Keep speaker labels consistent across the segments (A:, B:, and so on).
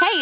A: Hey,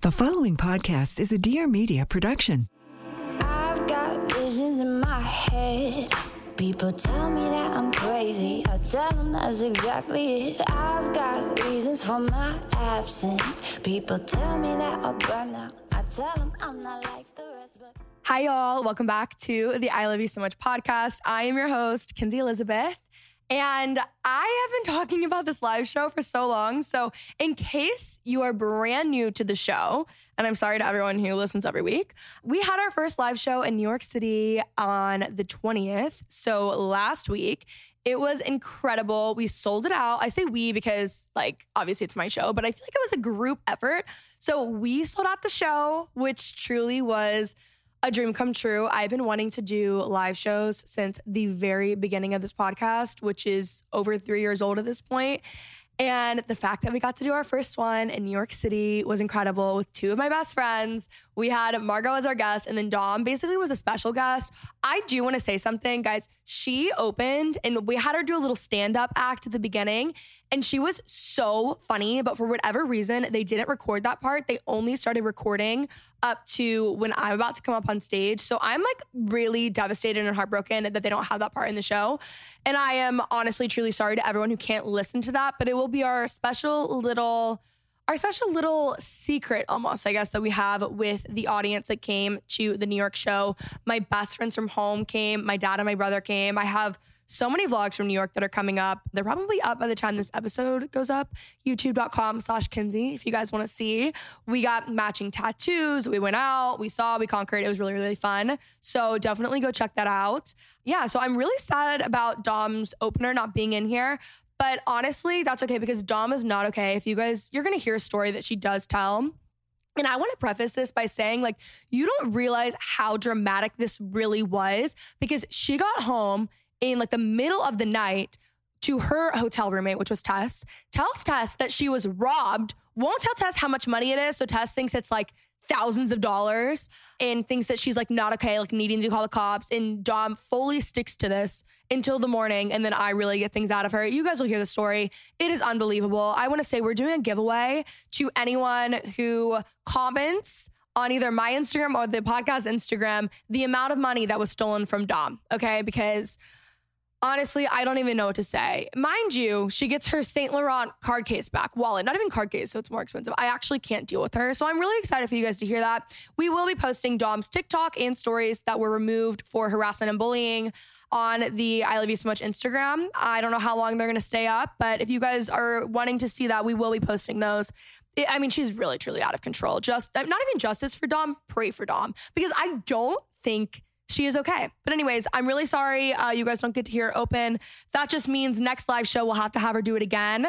B: The following podcast is a Dear Media production.
C: I've got visions in my head. People tell me that I'm crazy. I tell them that's exactly it. I've got reasons for my absence. People tell me that I'll burn out. I tell them I'm not like the rest, but.
D: Hi, y'all. Welcome back to the I Love You So Much podcast. I am your host, Kinsey Elizabeth. And I have been talking about this live show for so long. So, in case you are brand new to the show, and I'm sorry to everyone who listens every week, we had our first live show in New York City on the 20th. So, last week, it was incredible. We sold it out. I say we because, like, obviously it's my show, but I feel like it was a group effort. So, we sold out the show, which truly was a dream come true. I've been wanting to do live shows since the very beginning of this podcast, which is over three years old at this point. And the fact that we got to do our first one in New York City was incredible with two of my best friends. We had Margot as our guest, and then Dom basically was a special guest. I do want to say something, guys. She opened, and we had her do a little stand up act at the beginning, and she was so funny. But for whatever reason, they didn't record that part. They only started recording up to when I'm about to come up on stage. So I'm like really devastated and heartbroken that they don't have that part in the show. And I am honestly, truly sorry to everyone who can't listen to that, but it will be our special little. Our special little secret, almost, I guess, that we have with the audience that came to the New York show. My best friends from home came, my dad and my brother came. I have so many vlogs from New York that are coming up. They're probably up by the time this episode goes up. YouTube.com slash Kinsey, if you guys want to see. We got matching tattoos. We went out, we saw, we conquered. It was really, really fun. So definitely go check that out. Yeah, so I'm really sad about Dom's opener not being in here. But honestly, that's okay because Dom is not okay. If you guys, you're going to hear a story that she does tell. And I want to preface this by saying, like, you don't realize how dramatic this really was because she got home in like the middle of the night to her hotel roommate, which was Tess, tells Tess that she was robbed, won't tell Tess how much money it is. So Tess thinks it's like thousands of dollars and thinks that she's like not okay, like needing to call the cops. And Dom fully sticks to this until the morning. And then I really get things out of her. You guys will hear the story. It is unbelievable. I want to say we're doing a giveaway to anyone who comments on either my Instagram or the podcast Instagram the amount of money that was stolen from Dom. Okay. Because honestly, I don't even know what to say. Mind you, she gets her Saint Laurent card case back, wallet, not even card case, so it's more expensive. I actually can't deal with her. So I'm really excited for you guys to hear that. We will be posting Dom's TikTok and stories that were removed for harassment and bullying on the I Love You So Much Instagram. I don't know how long they're going to stay up, but if you guys are wanting to see that, we will be posting those. It- I mean, she's really, truly out of control. Just, not even justice for Dom, pray for Dom, because I don't think she is okay. But anyways, I'm really sorry uh, you guys don't get to hear her open. That just means next live show we'll have to have her do it again.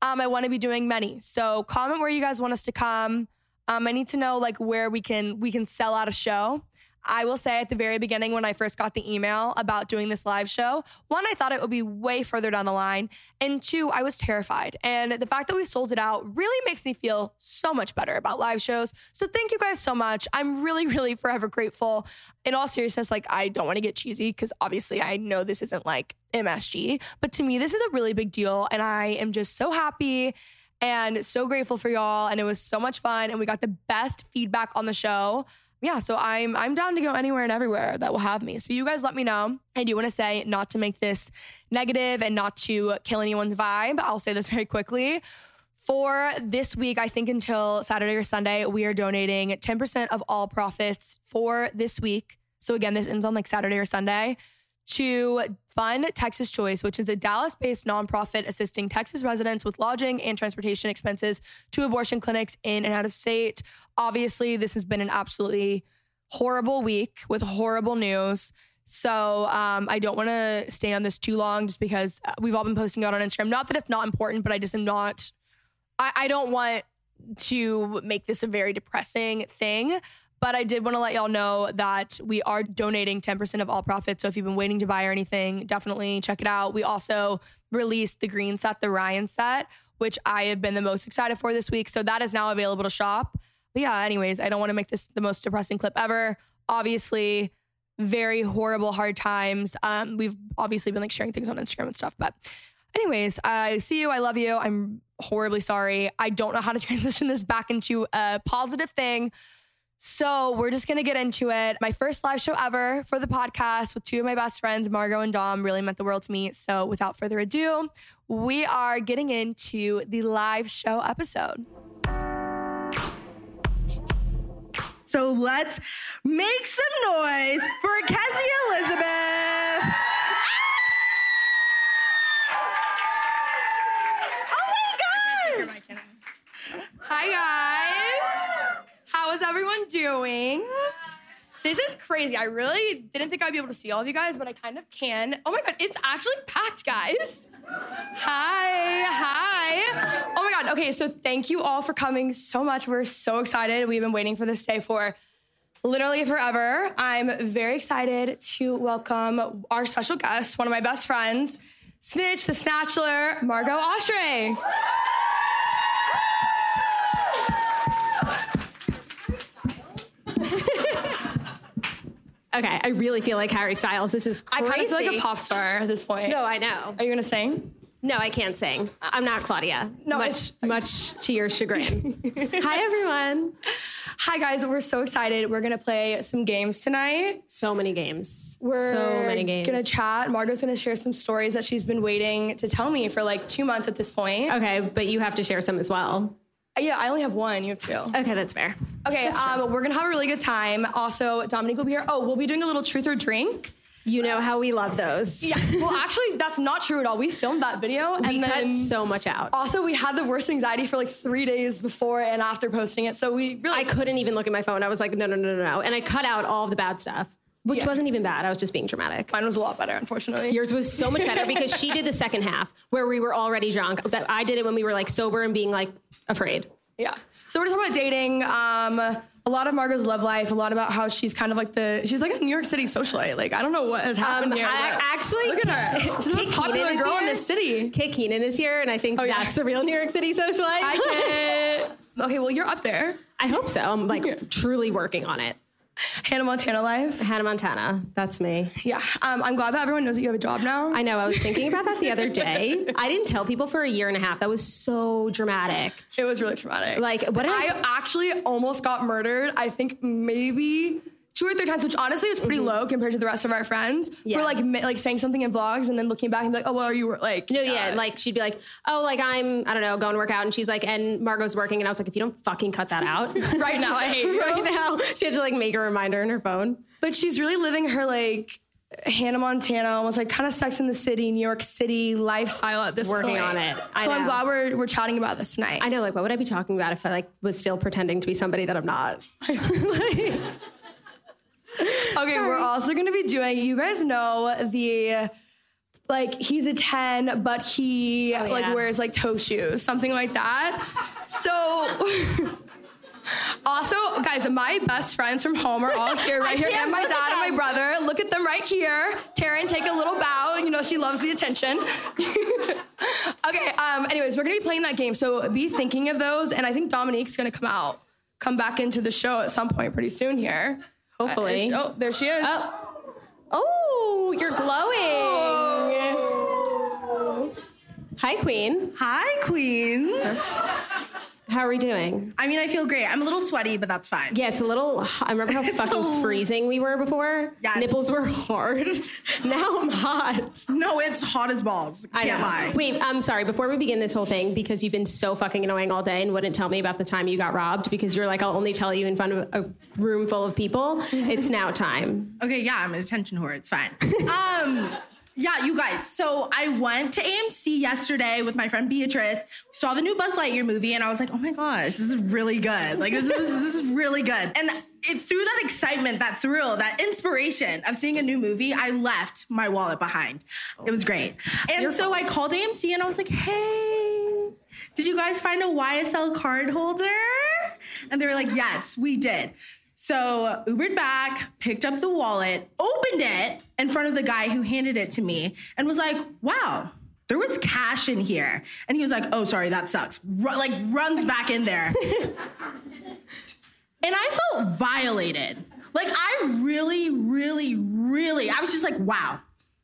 D: Um, I want to be doing many, so comment where you guys want us to come. Um, I need to know like where we can we can sell out a show. I will say at the very beginning when I first got the email about doing this live show, one, I thought it would be way further down the line. And two, I was terrified. And the fact that we sold it out really makes me feel so much better about live shows. So thank you guys so much. I'm really, really forever grateful. In all seriousness, like I don't want to get cheesy because obviously I know this isn't like MSG, but to me, this is a really big deal. And I am just so happy and so grateful for y'all. And it was so much fun. And we got the best feedback on the show yeah, so I'm I'm down to go anywhere and everywhere that will have me. So you guys let me know. I do want to say not to make this negative and not to kill anyone's vibe. I'll say this very quickly. For this week, I think until Saturday or Sunday, we are donating 10% of all profits for this week. So again, this ends on like Saturday or Sunday to Fund Texas Choice, which is a Dallas based nonprofit assisting Texas residents with lodging and transportation expenses to abortion clinics in and out of state. Obviously, this has been an absolutely horrible week with horrible news. So um, I don't want to stay on this too long just because uh, we've all been posting out on Instagram. Not that it's not important, but I just am not, I, I don't want to make this a very depressing thing. But I did want to let y'all know that we are donating 10% of all profits. So if you've been waiting to buy or anything, definitely check it out. We also released the green set, the Ryan set, which I have been the most excited for this week. So that is now available to shop. But yeah, anyways, I don't want to make this the most depressing clip ever. Obviously, very horrible, hard times. Um, we've obviously been like sharing things on Instagram and stuff. But, anyways, I see you. I love you. I'm horribly sorry. I don't know how to transition this back into a positive thing. So we're just gonna get into it. My first live show ever for the podcast with two of my best friends, Margot and Dom, really meant the world to me. So without further ado, we are getting into the live show episode.
E: So let's make some noise for Kenzie Elizabeth. Oh my gosh!
D: Hi guys. How is everyone doing? This is crazy. I really didn't think I'd be able to see all of you guys, but I kind of can. Oh my god, it's actually packed, guys. Hi, hi. Oh my god. Okay, so thank you all for coming so much. We're so excited. We've been waiting for this day for literally forever. I'm very excited to welcome our special guest, one of my best friends, Snitch the Snatchler, Margot Oshray.
F: Okay, I really feel like Harry Styles. This is
D: I
F: crazy.
D: kind of feel like a pop star at this point.
F: No, I know.
D: Are you gonna sing?
F: No, I can't sing. I'm not Claudia.
D: No,
F: much, much to your chagrin. Hi, everyone.
D: Hi guys, we're so excited. We're gonna play some games tonight.
F: So many games.
D: We're
F: so many games.
D: gonna chat. Margot's gonna share some stories that she's been waiting to tell me for like two months at this point. Uh,
F: okay, but you have to share some as well.
D: Yeah, I only have one. You have two.
F: Okay, that's fair.
D: Okay, um, we're gonna have a really good time. Also, Dominique will be here. Oh, we'll be doing a little truth or drink.
F: You know how we love those.
D: Yeah. well, actually, that's not true at all. We filmed that video and
F: we
D: then.
F: cut so much out.
D: also, we had the worst anxiety for like three days before and after posting it. So we really
F: I couldn't even look at my phone. I was like, no, no, no, no, no. And I cut out all of the bad stuff, which
D: Yeah.
F: wasn't even bad. I was just being dramatic.
D: mine was a lot better, unfortunately.
F: Yours was so much better because she did the second half where we were already drunk. That I did it when we were like sober and being like afraid.
D: Yeah. So we're talking about dating. Um, a lot of Margot's love life. A lot about how she's kind of like the she's like a New York City socialite. Like I don't know what has happened
F: Um,
D: here.
F: I-
D: but-
F: actually,
D: look at
F: Kate-
D: her. She's the
F: Kate
D: most popular
F: Keenan is
D: girl in
F: here?
D: this city. Oh,
F: Kit Keenan is here, and I think
D: yeah.
F: that's the real New York City socialite.
D: I can. Okay, well you're up there.
F: I hope so. I'm like truly working on it.
D: Hannah Montana life.
F: Hannah Montana, that's me.
D: Yeah. Um, I'm glad that everyone knows that you have a job now.
F: I know. I was thinking about that the other day. I didn't tell people for a year and a half. That was so dramatic.
D: it was really traumatic.
F: Like, what did I-
D: I actually almost got murdered. I think maybe. Two or three times, which honestly was pretty low compared to the rest of our friends.
F: Mm-hmm. Yeah.
D: For like mi- like saying something in vlogs and then looking back and be like, oh well, you were like
F: No, yeah. Uh, like she'd be like, "Oh, like I'm, I don't know, going to work out," and she's like, "And Margot's working," and I was like, "If you don't fucking cut that out
D: right now I hate you.
F: right now," she had to like make a reminder in her phone.
D: But she's really living her like Hannah Montana, almost like kind of Sex in the City, New York City lifestyle at this
F: Working
D: point.
F: on it. I
D: so I'm
F: know.
D: glad we're we're chatting about this tonight.
F: I know, like, what would I be talking about if I like was still pretending to be somebody that I'm not?
D: okay, we're also gonna be doing. You guys know the. Like he's a 10, but he like
F: Oh, yeah.
D: wears like toe shoes, something like that. so also, guys, my best friends from home are all here right here.
F: can't
D: And my
F: look
D: dad
F: at
D: and my brother. Look at them right here. Taryn, take a little bow. You know, she loves the attention. okay, um, anyways, we're gonna be playing that game. So be thinking of those. And I think Dominique's gonna come out, come back into the show at some point pretty soon here.
F: Hopefully.
D: Uh, oh, there she is.
F: Oh, oh you're glowing. Hi, Queen.
E: Hi, Queens.
F: How are we doing?
E: I mean, I feel great. I'm a little sweaty, but that's fine.
F: Yeah, it's a little. I remember how fucking freezing we were before.
E: Yeah.
F: Nipples were hard. now I'm hot.
E: No, it's hot as balls.
F: I
E: Can't
F: know.
E: lie.
F: Wait, I'm sorry. Before we begin this whole thing, because you've been so fucking annoying all day and wouldn't tell me about the time you got robbed, because you're like, I'll only tell you in front of a room full of people. it's now time.
E: Okay, yeah, I'm an attention whore. It's fine. um, yeah, you guys. So I went to AMC yesterday with my friend Beatrice. Saw the new Buzz Lightyear movie, and I was like, oh my gosh, this is really good. Like this is this is really good. And it through that excitement, that thrill, that inspiration of seeing a new movie, I left my wallet behind. It was great. And so I called AMC, and I was like, hey. Did you guys find a YSL card holder? And they were like, yes, we did. So Ubered back, picked up the wallet, opened it in front of the guy who handed it to me, and was like, wow, there was cash in here. And he was like, oh, sorry, that sucks. Ru- like, runs back in there. And I felt violated. Like, I really, really, really, I was just like, wow,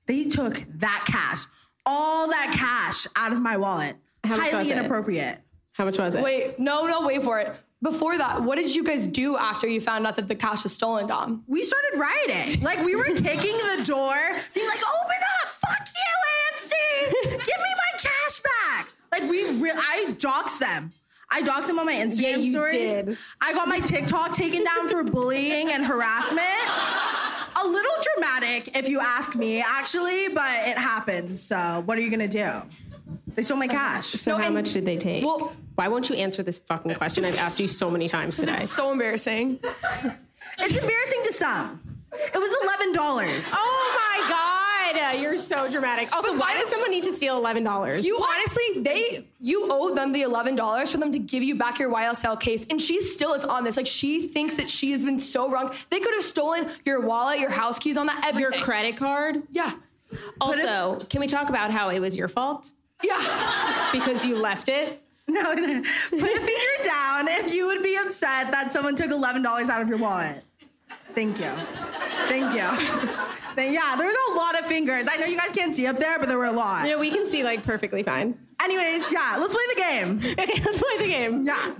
E: they took that cash, all that cash out of my wallet.
F: much was
E: Highly
F: it?
E: inappropriate.
F: How much was it?
D: Wait, no, no, wait for it. Before that, what did you guys do after you found out that the cash was stolen, Dom?
E: We started rioting. Like, we were kicking the door, being like, open up, fuck you, AMC, give me my cash back. Like, we, re- I doxed them. I doxed them on my Instagram
F: Yeah, you
E: stories.
F: did.
E: I got my TikTok taken down for bullying and harassment. A little dramatic, if you ask me, actually, but it happened. So, what are you gonna do? They stole my cash.
F: So how much did they take?
D: well-
F: why won't you answer this fucking question I've asked you so many times today?
D: So embarrassing.
E: It's embarrassing to some. It was eleven dollars.
F: oh my god, you're so dramatic. Also, why does someone need to steal eleven dollars?
D: You honestly, they you owe them the eleven dollars for them to give you back your YSL case, and she still is on this. Like she thinks that she has been so wrong. They could have stolen your wallet, your house keys, on that
F: your
D: everything.
F: credit card.
D: Yeah,
F: Also, can we talk about how it was your fault
D: yeah.
F: because you left it?
E: No, put a finger down if you would be upset that someone took eleven dollars out of your wallet. Thank you. Thank you. Then, yeah, there was a lot of fingers. I know you guys can't see up there, but there were a lot.
F: You know, we can see like perfectly fine.
E: Anyways, yeah, let's play the game.
F: Okay, let's play the game.
E: Yeah.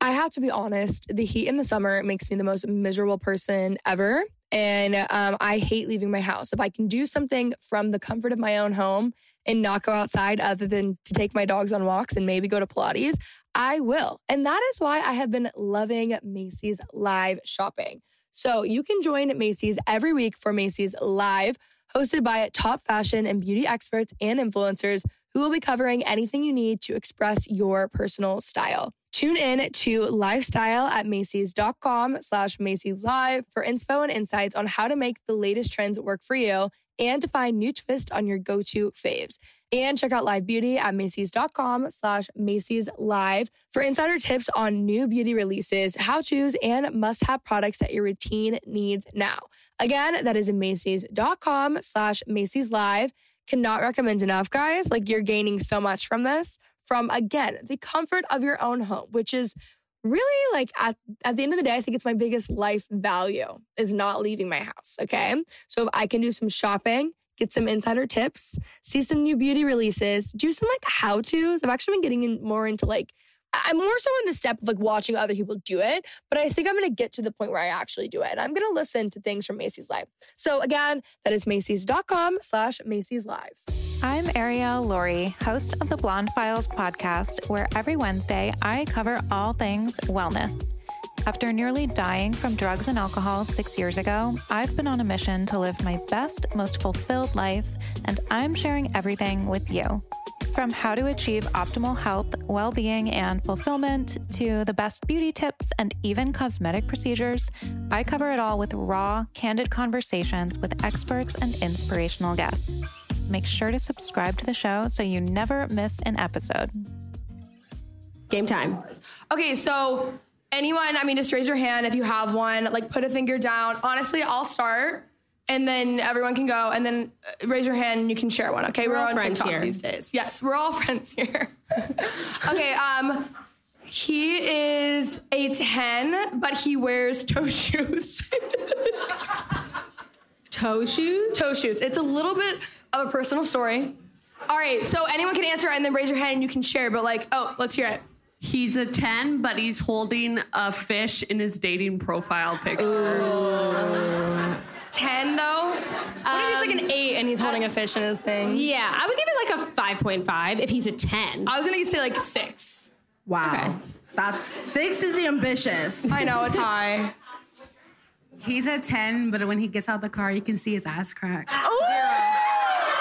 D: I have to be honest. The heat in the summer makes me the most miserable person ever, and um, I hate leaving my house. If I can do something from the comfort of my own home and not go outside, other than to take my dogs on walks and maybe go to Pilates, I will. And that is why I have been loving Macy's live shopping. So you can join Macy's every week for Macy's Live, hosted by top fashion and beauty experts and influencers who will be covering anything you need to express your personal style. Tune in to lifestyle at Macy's.com slash Macy's Live for info and insights on how to make the latest trends work for you and to find new twists on your go-to faves. And check out Live Beauty at Macy's.com slash Macy's Live for insider tips on new beauty releases, how-tos, and must-have products that your routine needs now. Again, that is Macy's.com slash Macy's Live. Cannot recommend enough, guys. Like you're gaining so much from this. From again, the comfort of your own home, which is really like at, at the end of the day, I think it's my biggest life value is not leaving my house. Okay. So if I can do some shopping, get some insider tips, see some new beauty releases, do some like how to's. I've actually been getting in more into like, I- I'm more so in the step of like watching other people do it, but I think I'm gonna get to the point where I actually do it. And I'm gonna listen to things from Macy's Live. So again, that is Macy's.com slash Macy's Live.
G: I'm Ariel Laurie, host of the Blonde Files podcast, where every Wednesday I cover all things wellness. After nearly dying from drugs and alcohol six years ago, I've been on a mission to live my best, most fulfilled life, and I'm sharing everything with you. From how to achieve optimal health, well being, and fulfillment to the best beauty tips and even cosmetic procedures, I cover it all with raw, candid conversations with experts and inspirational guests. Make sure to subscribe to the show so you never miss an episode.
F: Game time.
D: Okay, so anyone, I mean, just raise your hand if you have one. Like, put a finger down. Honestly, I'll start, and then everyone can go, and then uh, raise your hand and you can share one. Okay, we're,
F: all
D: on
F: friends
D: TikTok
F: here.
D: these days. Yes, we're all friends here. okay, um, he is a ten, but he wears toe shoes.
F: Toe shoes?
D: toe shoes. It's a little bit of a personal story. All right, so anyone can answer and then raise your hand and you can share, but like, oh, let's hear it.
H: He's a 10, but he's holding a fish in his dating profile picture.
D: 10 though? Um, what if he's like an 8 and he's holding a fish in his thing?
F: Yeah, I would give it like a 5.5 if he's a 10.
D: I was gonna say like 6.
E: Wow. That's six is ambitious.
D: I know, it's high.
I: He's at 10, but when he gets out the car, you can see his ass crack.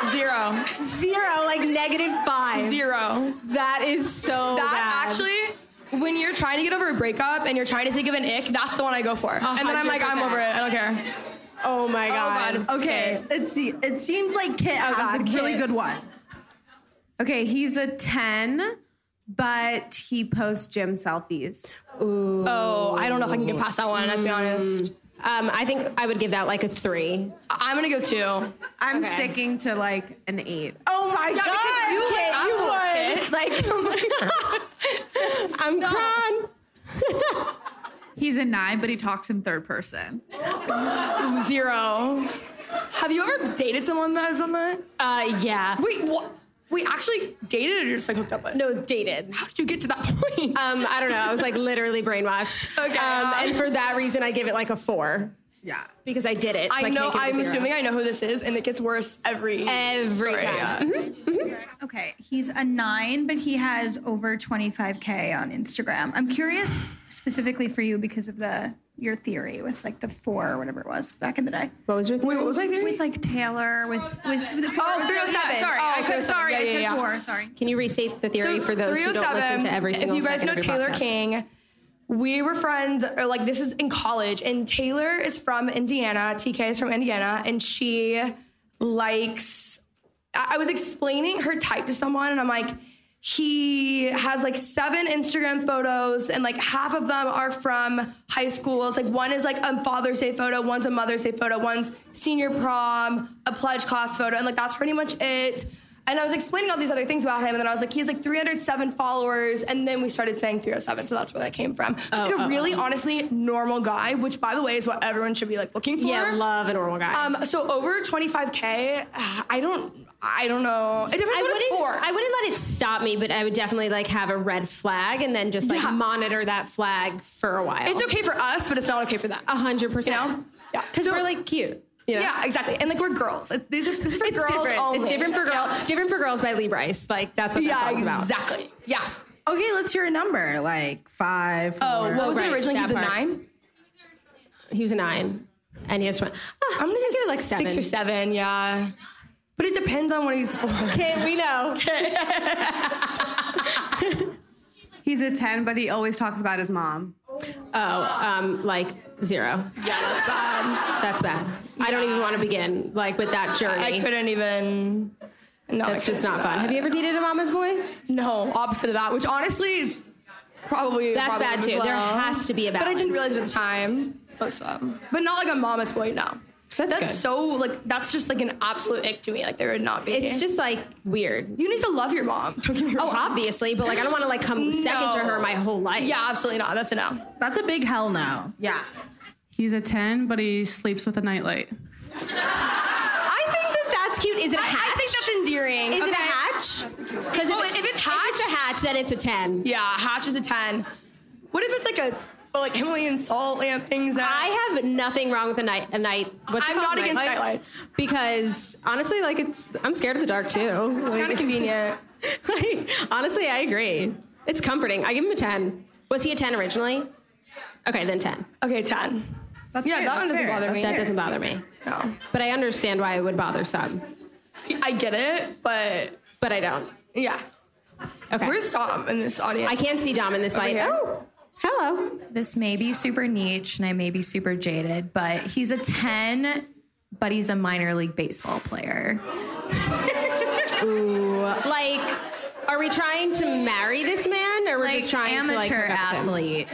D: Zero.
J: Zero, like negative five.
D: Zero.
J: That is so
D: That
J: bad.
D: actually, when you're trying to get over a breakup and you're trying to think of an ick, that's the one I go for. And then I'm like, I'm over it. I don't care.
J: Oh my god.
D: Oh, God.
E: Okay, it, se- it seems like
I: Oh,
E: Kit has a
J: God,
E: really
J: Kit.
E: good one.
I: Okay, he's a 10, but he posts gym selfies.
D: Oh, I don't know if I can get past that one, I have to be honest.
F: Um, I think I would give that like a 3.
D: I- I'm gonna go 2.
I: I'm sticking to like an 8.
J: Oh my god.
D: Yeah, because you
J: Kit,
D: like oh
J: won.
D: assholes, kid. Like,
F: I'm crying.
H: He's a 9, but he talks in third person.
D: zero. Have you ever dated someone that has done that?
F: Uh, yeah.
D: Wait, what? We actually dated or just like hooked up with?
F: No, dated.
D: How did you get to that point?
F: Um, I don't know. I was like literally brainwashed.
D: Okay,
F: Um,
D: um.
F: and for that reason, I give it like a 4
E: Yeah.
F: because I did it. so
D: I
F: can't
D: know.
F: give it a
D: I'm
F: zero.
D: assuming I know who this is, and it gets worse every.
F: Every
D: Sorry,
F: time.
D: yeah.
K: Okay, he's a nine, but he has over 25k on Instagram. I'm curious specifically for you because of the your theory with like the four or whatever it was back in the day.
F: What was your thing?
D: Wait, what was I
K: With
D: thinking?
K: like Taylor, with with, with the four.
D: Oh, 307.
K: Yeah, sorry,
D: Oh,
K: I could,
D: 307.
K: sorry,
D: Yeah,
K: I
D: yeah,
K: said
D: yeah.
K: four. Sorry.
F: Can you restate the theory for those who don't listen to every single
D: oh If you guys know
F: second of your
D: Taylor
F: podcast?
D: King, we were friends, or like this is in college, and Taylor is from Indiana. TK is from Indiana, and she likes. I I was explaining her type to someone, and I'm like, he has like seven Instagram photos, and like half of them are from high school. It's like one is like a Father's Day photo, one's a Mother's Day photo, one's senior prom, a pledge class photo, and like that's pretty much it. And I was explaining all these other things about him, and then I was like, he has like 307 followers, and then we started saying 307, so that's where that came from. So
F: Oh,
D: like a really, honestly, normal guy, which by the way is what everyone should be like looking for.
F: Yeah, love a normal guy.
D: Um, so over 25k, uh, I don't, I don't know. It depends
F: I
D: what it's
F: wouldn't,
D: for.
F: I wouldn't let it stop me, but I would definitely like have a red flag and then just like
D: Yeah.
F: monitor that flag for a while.
D: it's okay for us, but it's not okay for them.
F: A hundred percent.
D: Yeah.
F: Because we're like cute. you know?
D: Yeah, exactly. And like we're girls. It- These are this is for
F: It's
D: girls
F: different.
D: only.
F: It's different for girls. Different for girls by Lee Bryce. Like that's what that
D: Yeah,
F: song's about.
D: exactly. Yeah.
E: Okay, let's hear a number like five.
D: Oh,
E: four-
D: what was
F: right,
D: it originally?
F: that
D: He's a
F: part.
D: nine.
F: He was a nine, and he has. Tw- Ah,
D: I'm gonna
F: I'd
D: give it
F: like
D: like
F: seven.
D: six or seven. Yeah. But it depends on what he's for.
J: Kit, we know.
I: He's a 10, but he always talks about his mom.
F: Oh, um, like zero.
D: Yeah, that's bad.
F: That's bad. I don't even want to begin like with that journey.
D: I couldn't even. No, I
F: That's just
D: couldn't
F: not
D: do
F: fun.
D: that.
F: Have you ever dated a mama's boy?
D: No, opposite of that, which honestly is probably
F: That's
D: probably
F: bad,
D: as
F: too. There
D: well.
F: has to be a
D: But I didn't
F: balance.
D: realize it at the time. Most of them, but not like a mama's boy. No,
F: That's good.
D: so like that's just like an absolute ick to me. Like there would not be.
F: It's just like weird.
D: you need to love your mom. Don't get me
F: Oh,
D: wrong.
F: obviously, but like I don't want to like come second to
D: No.
F: her my whole life.
D: Yeah, absolutely not. That's a no.
E: That's a big hell no. Yeah.
I: He's a 10, but he sleeps with a nightlight.
F: I think that that's cute. Is it a hatch?
D: I think that's endearing.
F: Is
D: Okay.
F: it a hatch? Because
D: Oh, if it's
F: if it's a hatch, then it's a ten.
D: Yeah, hatch is a ten. What if it's like a well, like Himalayan salt lamp things that
F: I have nothing wrong with a night. A night. What's it
D: I'm
F: called?
D: not against
F: Nightlight?
D: nightlights.
F: because honestly, like it's. I'm scared of the dark too.
D: It's kind of convenient.
F: like, honestly, I agree. It's comforting. I give him a ten. Was he a ten originally? Okay, then ten.
D: Okay, ten.
E: That's
D: Yeah,
E: fair,
D: that one
E: that's
D: doesn't
E: fair,
D: bother
E: that's
D: me.
F: That
E: fair.
F: doesn't bother me.
D: No,
F: But I understand why it would bother some.
D: I get it, but
F: But I don't.
D: yeah.
F: Okay.
D: Where's Tom in this audience?
F: I can't see Dom in this light.
D: here?
F: Oh, hello.
K: This may be super niche and I may be super jaded, but he's a 10, but he's a minor league baseball player.
F: Like, are we trying to marry this man, or we're just trying
K: amateur
F: to like hook up with him?
K: athlete,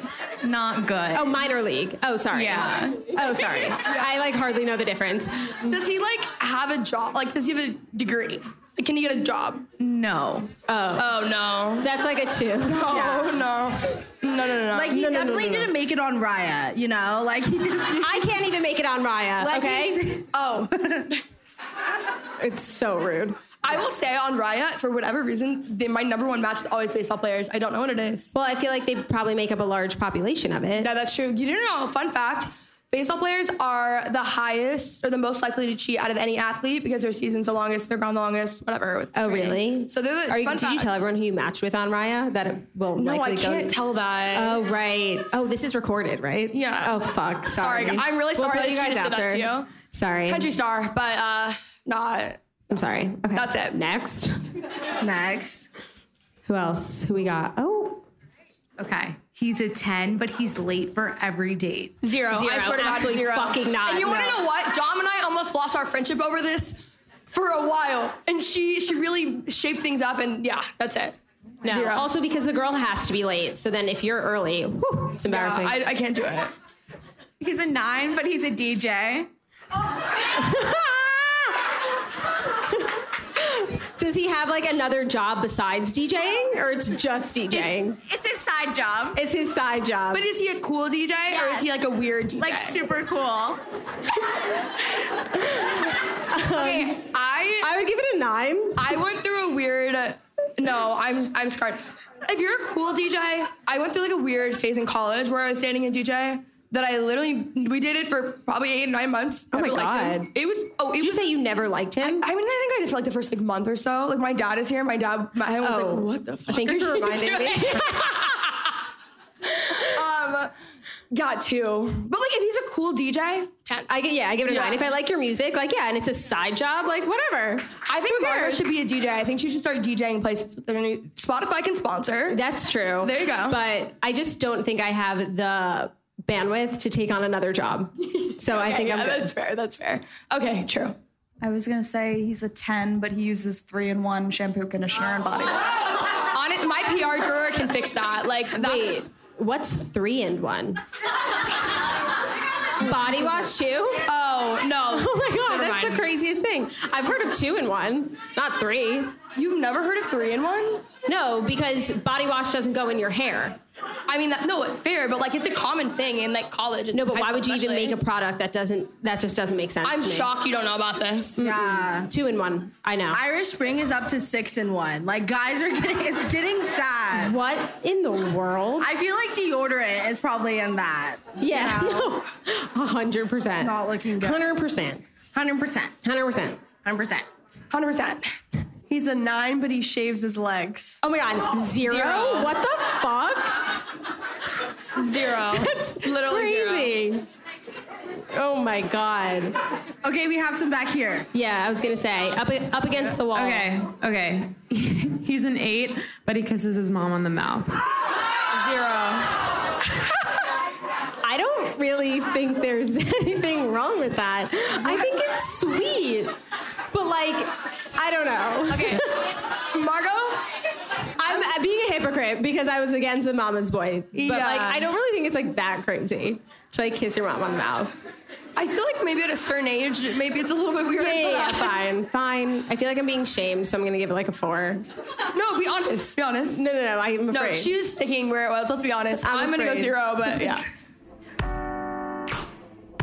K: not good.
F: Oh, minor league. Oh, sorry.
K: Yeah.
F: Oh, sorry. I like hardly know the difference.
D: Does he like have a job? Like, does he have a degree? Like, can he get a job?
K: no.
D: Oh no.
F: That's like a two.
D: Oh
E: Yeah.
D: no. No no no no.
E: Like he
F: No, no, no,
E: definitely
F: no, no.
E: didn't make it on Raya, you know? Like he
F: I can't even make it on Raya.
E: like
F: okay.
E: he's-
D: oh.
F: It's so rude.
D: I will say on Riot, for whatever reason, they, my number one match is always based off players. I don't know what it is.
F: Well, I feel like they probably make up a large population of it.
D: Yeah, that's true. You didn't know. Fun fact. Baseball players are the highest or the most likely to cheat out of any athlete because their season's the longest, they're gone the longest, whatever. with
F: Oh,
D: training.
F: really?
D: So they're the
F: Are you,
D: fun
F: did you tell
D: fact.
F: everyone who you matched with on Raya that it will
D: No, I
F: likely go-
D: can't tell that.
F: Oh, right. Oh, this is recorded, right?
D: Yeah.
F: Oh, fuck.
D: Sorry,
F: Sorry.
D: I'm really sorry
F: We'll tell
D: that
F: you
D: she
F: guys
D: just said that
F: after.
D: to you.
F: Sorry.
D: Country star, but uh, not.
F: I'm sorry. Okay.
D: That's it.
F: Next.
D: Next.
F: Who else? Who we got? Oh.
L: Okay. He's a 10, but he's late for every date.
D: Zero. I swear to God,
L: Absolutely
D: zero.
L: fucking not.
D: And you want to
L: No.
D: know what? Dom and I almost lost our friendship over this for a while, and she she really shaped things up, and yeah, that's it.
F: No.
D: Zero.
F: Also, because the girl has to be late. So then if you're early, whew, it's embarrassing.
D: Uh, I, I can't do it.
M: He's a nine, but he's a DJ.
F: Does he have like another job besides DJing or it's just DJing?
M: It's his side job.
F: It's his side job.
D: But is he a cool DJ or is he like a weird DJ?
M: Like super cool.
D: okay, I
F: I would give it a nine.
D: I went through a weird. No, I'm I'm scarred. If you're a cool DJ, I went through like a weird phase in college where I was dating a DJ that I literally we dated for probably eight nine months.
F: Oh my
D: Never liked him.
F: God.
D: It was oh. It
F: Did you
D: was,
F: say you never liked him?
D: I, I mean, I think I did for like the first like month or so. Like my dad is here. My dad, my I was
F: Oh.
D: like, what the fuck?
F: Thank
D: are
F: you for reminding me.
D: doing?" um, got two. But like, if he's a cool DJ,
F: ten. I get yeah, I give it a
D: Yeah.
F: nine. If I like your music, like yeah, and it's a side job, like whatever.
D: I think Margaret should be a DJ. I think she should start DJing places. They're gonna- Spotify can sponsor.
F: That's true.
D: There you go.
F: But I just don't think I have the bandwidth to take on another job. So I
D: Okay,
F: think
D: yeah,
F: I'm good.
D: that's fair. That's fair. Okay, true.
K: I was gonna say he's a 10, but he uses three in one shampoo, conditioner, and body wash.
D: On it, my PR drawer can fix that. Like that's
F: Wait, what's three and one? Body wash too?
D: Oh no!
F: Oh my god,
D: Never
F: that's the
D: mind.
F: craziest thing. I've heard of two in one, not three.
D: You've never heard of three in one?
F: No, because body wash doesn't go in your hair.
D: I mean, that, no, it's fair, but like it's a common thing in like college. and
F: No, but
D: high
F: why
D: school
F: would you even
D: especially.
F: make a product that doesn't? That just doesn't make sense.
D: I'm
F: to me.
D: shocked you don't know about this.
E: Yeah.
F: Two in one. I know.
E: Irish Spring is up to six and one. Like guys are getting it's getting sad.
F: What in the world?
E: I feel like deodorant is probably in that.
F: Yeah, no, a hundred percent.
E: Not looking good.
F: Hundred percent.
E: Hundred percent.
F: Hundred percent.
E: Hundred percent.
D: Hundred percent.
M: He's a nine, but he shaves his legs.
F: Oh my god, zero?
M: Zero.
F: What the fuck?
D: Zero.
F: That's
D: Literally zero.
F: crazy. Oh my god.
E: Okay, we have some back here.
F: Yeah, I was gonna say up up against the wall.
L: Okay, okay. He's an eight, but he kisses his mom on the mouth.
D: Zero.
F: I don't really think there's anything wrong with that. I think it's sweet, but like, I don't know.
D: Okay, Margot.
F: I'm, I'm being a hypocrite because I was against the mama's boy, but
D: Yeah.
F: like, I don't really think it's like that crazy to like kiss your mom on the mouth.
D: I feel like maybe at a certain age, maybe it's a little bit weird.
F: Yeah, yeah,
D: but-
F: yeah, fine, fine. I feel like I'm being shamed, so I'm gonna give it like a four.
D: No, be honest. Be honest.
F: No, no, no. I'm afraid.
D: No, she was sticking where it was. Let's be honest. I'm,
F: I'm
D: gonna go
F: afraid.
D: zero, but yeah.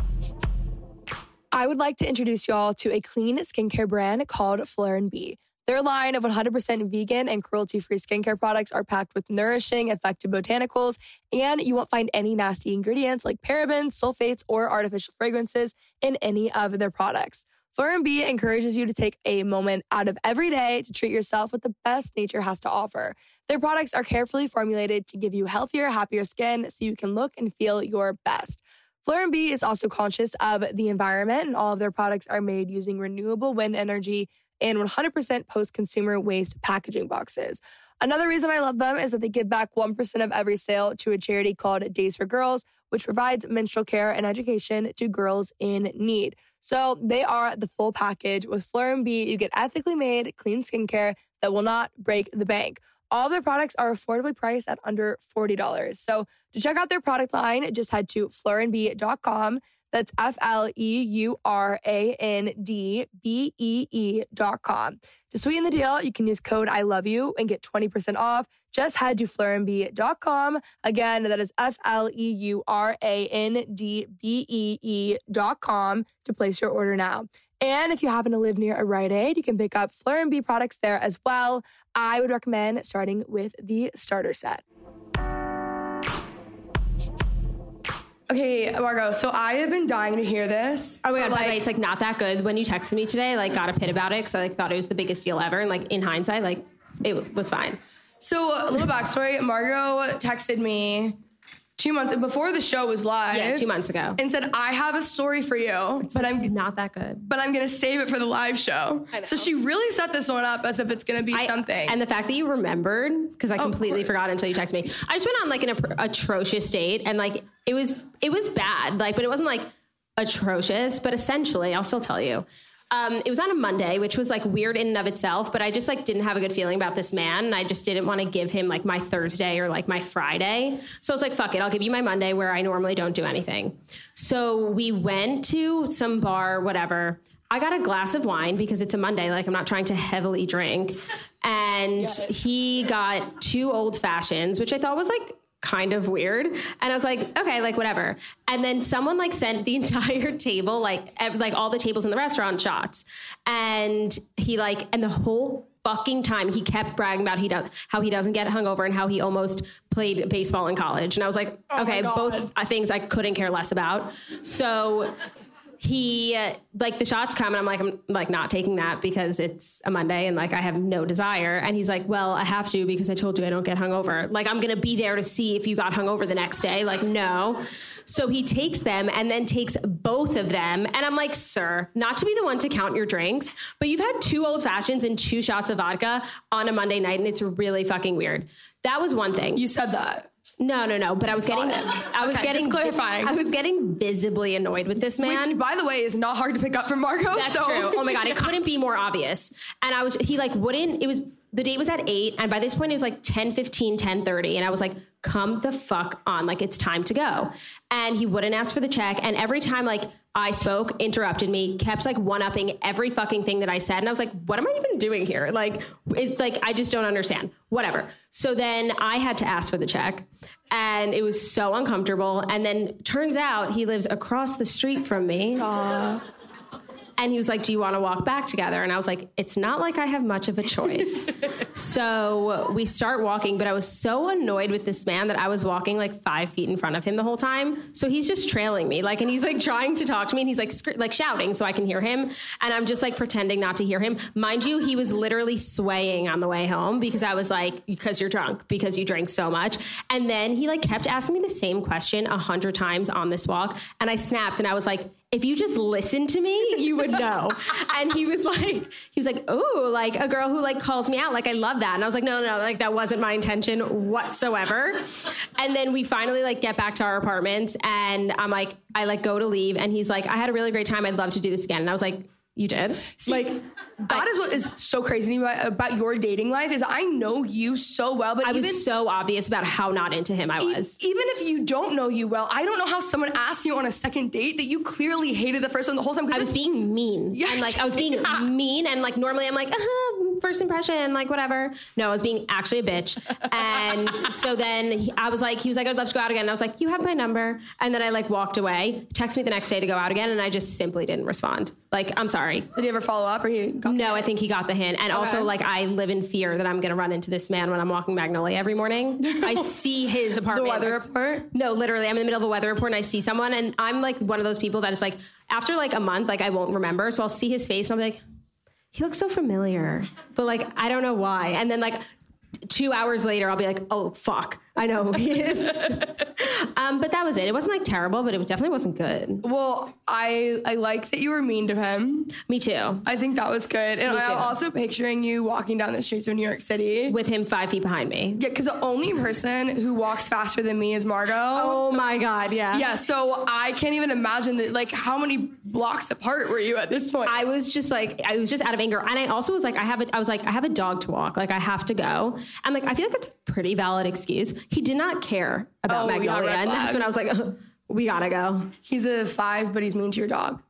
D: I would like to introduce y'all to a clean skincare brand called Fleur and Bee. Their line of 100% vegan and cruelty-free skincare products are packed with nourishing, effective botanicals, and you won't find any nasty ingredients like parabens, sulfates, or artificial fragrances in any of their products. Fleur and Bee encourages you to take a moment out of every day to treat yourself with the best nature has to offer. Their products are carefully formulated to give you healthier, happier skin so you can look and feel your best. Fleur and B is also conscious of the environment, and all of their products are made using renewable wind energy and 100% post consumer waste packaging boxes. Another reason I love them is that they give back 1% of every sale to a charity called Days for Girls, which provides menstrual care and education to girls in need. So they are the full package. With Fleur and B, you get ethically made, clean skincare that will not break the bank. All of their products are affordably priced at under $40. So to check out their product line, just head to florinbee.com. That's F L E U R A N D B E E dot com. To sweeten the deal, you can use code I love you and get 20% off. Just head to florinbee.com. Again, that is F L E U R A N D B E E dot com to place your order now. And if you happen to live near a Rite Aid, you can pick up Fleur and Bee products there as well. I would recommend starting with the starter set.
J: Okay, Margo. So I have been dying to hear this.
F: Oh my god, by the way, it's like not that good. When you texted me today, like got a pit about it because I like thought it was the biggest deal ever, and like in hindsight, like it w- was fine.
D: So a little backstory: Margot texted me two months before the show was live.
F: Yeah, two months ago.
D: and said, "I have a story for you, but I'm
F: not that good.
D: But I'm gonna save it for the live show." So she really set this one up as if it's gonna be something.
F: And the fact that you remembered, because I completely forgot until you texted me. I just went on like an apro- atrocious date, and like it was it was bad, like but it wasn't like atrocious, but essentially, I'll still tell you. Um, it was on a Monday, which was like weird in and of itself, but I just like didn't have a good feeling about this man, and I just didn't want to give him like my Thursday or like my Friday. So I was like, "Fuck it, I'll give you my Monday where I normally don't do anything." So we went to some bar, whatever. I got a glass of wine because it's a Monday. Like, I'm not trying to heavily drink. And he got two old fashions, which I thought was like kind of weird. And I was like, okay, like, whatever. And then someone like sent the entire table, like, ev- like all the tables in the restaurant shots. And he, like, and the whole fucking time he kept bragging about he does how he doesn't get hungover and how he almost played baseball in college. And I was like,
H: Oh my
F: okay,
H: God.
F: both uh, things I couldn't care less about. So he uh, like the shots come and I'm like I'm like not taking that because it's a Monday and like I have no desire and he's like well I have to because I told you I don't get hungover like I'm gonna be there to see if you got hungover the next day like no so he takes them and then takes both of them and I'm like sir not to be the one to count your drinks but you've had two old fashions and two shots of vodka on a Monday night and it's really fucking weird that was one thing
D: you said that
F: no no no but I was getting I was
D: Okay,
F: getting
D: just clarifying.
F: I was getting visibly annoyed with this man
D: Which, by the way, is not hard to pick up from Margot.
F: that's
D: so.
F: true. Oh my god, it couldn't be more obvious. And I was he like wouldn't it was the date was at 8 and by this point it was like 10 15 10 30 and I was like come the fuck on like it's time to go. And he wouldn't ask for the check and every time like I spoke, interrupted me, kept like one upping every fucking thing that I said. And I was like, what am I even doing here? Like, it's like, I just don't understand. Whatever. So then I had to ask for the check and it was so uncomfortable. And then turns out he lives across the street from me. And he was like, Do you want to walk back together? And I was like, It's not like I have much of a choice. so we start walking, but I was so annoyed with this man that I was walking like five feet in front of him the whole time. So he's just trailing me, like, and he's like trying to talk to me and he's like, scr- like shouting so I can hear him. And I'm just like pretending not to hear him. Mind you, he was literally swaying on the way home because I was like, Because you're drunk, because you drank so much. And then he like kept asking me the same question a hundred times on this walk. And I snapped and I was like, if you just listened to me, you would know. and he was like, he was like, oh, like a girl who like calls me out. Like, I love that. And I was like, no, no, no, like that wasn't my intention whatsoever. and then we finally like get back to our apartments and I'm like, I like go to leave. And he's like, I had a really great time. I'd love to do this again. And I was like, you did? like,
D: That is what is so crazy to me about, about your dating life is I know you so well, but
F: I
D: even
F: was so obvious about how not into him I
D: e-
F: was.
D: even if you don't know you well, I don't know how someone asked you on a second date that you clearly hated the first one the whole time. 'cause
F: I was
D: it's-
F: being mean. And like I was being mean and like normally I'm like, uh first impression, like whatever. No, I was being actually a bitch. And so then he- I was like, he was like, I'd love to go out again. And I was like, you have my number. And then I like walked away, text me the next day to go out again. And I just simply didn't respond. Like, I'm sorry.
D: Did he ever follow up or he got
F: No, I think he got the hint. And also
D: Okay.
F: like I live in fear that I'm gonna run into this man when I'm walking Magnolia every morning. I see his apartment.
D: weather
F: like, report? No, literally, I'm in the middle of a weather report and I see someone, and I'm like one of those people that is like, after like a month, like I won't remember. So I'll see his face and I'll be like, he looks so familiar, but like I don't know why. And then like two hours later, I'll be like, oh fuck, I know who he is. um, but that was it. It wasn't like terrible, but it definitely wasn't good.
D: Well, I I like that you were mean to him.
F: Me too.
D: I think that was good. And
F: Me
D: I'm
F: too.
D: also picturing you walking down the streets of New York City
F: with him five feet behind me.
D: Yeah, because the only person who walks faster than me is Margot. Oh
F: my god, yeah.
D: Yeah, so I can't even imagine that like how many blocks apart were you at this point?
F: I was just like, I was just out of anger, and I also was like, I have a, I was like, I have a dog to walk, like I have to go, and like I feel like that's a pretty valid excuse. He did not care about
D: Oh, yeah,
F: Magnolia,
D: red
F: and that's
D: flag.
F: when I was like, we gotta go.
D: He's a five, but he's mean to your dog.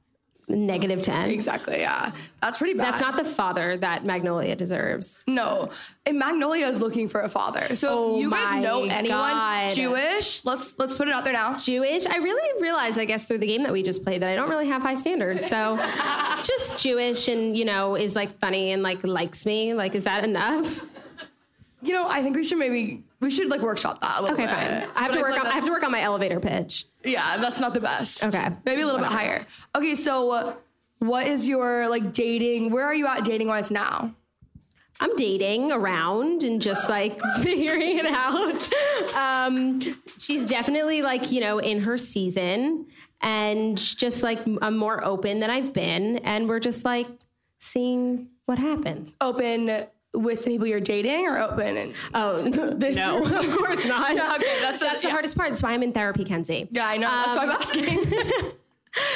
F: negative 10.
D: Exactly, yeah. That's pretty bad.
F: That's not the father that Magnolia deserves.
D: No. And Magnolia is looking for a father. So
F: Oh
D: if you
F: my
D: guys know anyone
F: God.
D: Jewish, let's let's put it out there now.
F: Jewish. I really realized, I guess, through the game that we just played that I don't really have high standards. So just Jewish and, you know, is like funny and like likes me. Like, is that enough?
D: You know, I think we should maybe we should like workshop that a little
F: Okay,
D: bit.
F: fine. I have
D: But
F: to work
D: feel
F: on
D: like
F: I have to work on my elevator pitch.
D: Yeah, that's not the best.
F: Okay.
D: Maybe a little bit higher. Okay, so uh, what is your like dating? Where are you at dating wise now?
F: I'm dating around and just like figuring it out. Um, she's definitely like, you know, in her season and just like I'm more open than I've been. And we're just like seeing what happens.
D: Open with the people you're dating or open and
F: Oh, this
D: No,
F: of course not.
D: Yeah, okay, that's what-
F: that's the
D: yeah.
F: hardest part. That's why I'm in therapy, Kenzie.
D: Yeah, I know. That's
F: um,
D: why I'm asking.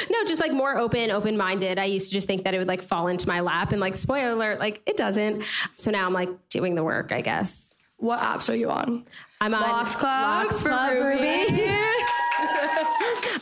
F: no, just like more open, open minded. I used to just think that it would like fall into my lap and like spoiler alert, like it doesn't. So now I'm like doing the work, I guess.
D: What apps are you on?
F: I'm on
D: Locks Club
F: Locks
D: for
F: Club
D: Ruby.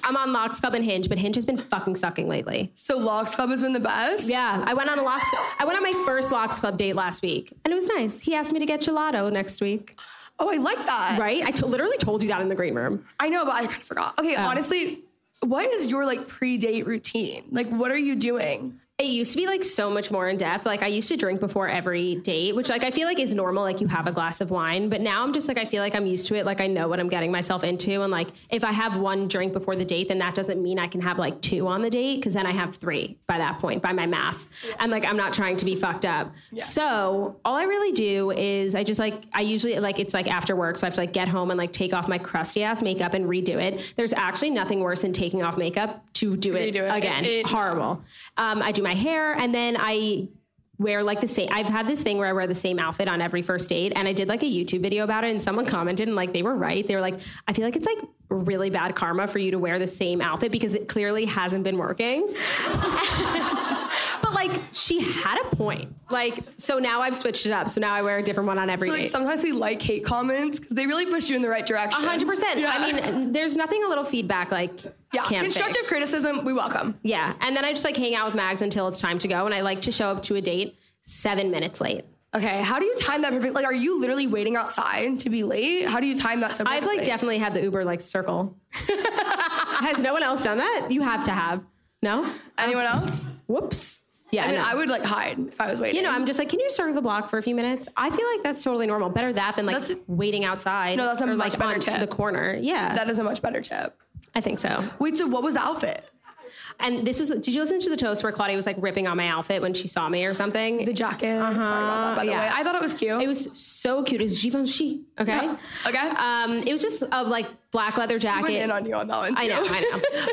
F: I'm on Locks Club and Hinge, but Hinge has been fucking sucking lately.
D: So Locks Club has been the best.
F: Yeah, I went on a Locks. I went on my first Locks Club date last week, and it was nice. He asked me to get gelato next week.
D: Oh, I like that.
F: Right? I to- literally told you that in the green room.
D: I know, but I kind of forgot. Okay,
F: Oh.
D: honestly, what is your like pre-date routine? Like, what are you doing?
F: It used to be like so much more in depth. Like I used to drink before every date, which like I feel like is normal. Like you have a glass of wine, but now I'm just like I feel like I'm used to it. Like I know what I'm getting myself into, and like if I have one drink before the date, then that doesn't mean I can have like two on the date because then I have three by that point by my math, and like I'm not trying to be fucked up. So all I really do is I just like I usually like it's like after work, so I have to like get home and like take off my crusty ass makeup and redo it. There's actually nothing worse than taking off makeup to do it,
D: redo it.
F: again.
D: It-
F: Horrible. Um, I do my hair and then I wear like the same. I've had this thing where I wear the same outfit on every first date, and I did like a YouTube video about it, and someone commented and like they were right. They were like, I feel like it's like really bad karma for you to wear the same outfit because it clearly hasn't been working. but like she had a point. Like so now I've switched it up. So now I wear a different one on every
D: So like
F: date.
D: sometimes we like hate comments because they really push you in the right
F: A
D: direction.
F: hundred percent. I mean, there's nothing a little feedback like
D: yeah,
F: can't fix.
D: constructive criticism we welcome.
F: Yeah. And then I just like hang out with Mags until it's time to go. And I like to show up to a date seven minutes late.
D: Okay, how do you time that perfect? Like, are you literally waiting outside to be late? How do you time that so?
F: I've like
D: perfectly?
F: definitely had the Uber like circle. Has no one else done that? You have to have. No?
D: Anyone else?
F: Whoops. Yeah.
D: I mean,
F: no.
D: I would like hide if I was waiting.
F: You know, I'm just like, can you circle the block for a few minutes? I feel like that's totally normal. Better that than like waiting outside.
D: No, that's a
F: or,
D: much
F: like,
D: better
F: on
D: tip.
F: The corner. Yeah,
D: that is a much better tip.
F: I think so.
D: Wait, so what was the outfit?
F: And this was. Did you listen to the toast where Claudia was like ripping on my outfit when she saw me or something?
D: The jacket. Sorry about that. By the
F: yeah.
D: way, I thought Uh-huh. it was cute.
F: It was so cute. It was Givenchy. Okay.
D: Okay. Uh,
F: Um, it was just a like black leather jacket.
D: went in on you on that one,
F: I know.
D: too.
F: I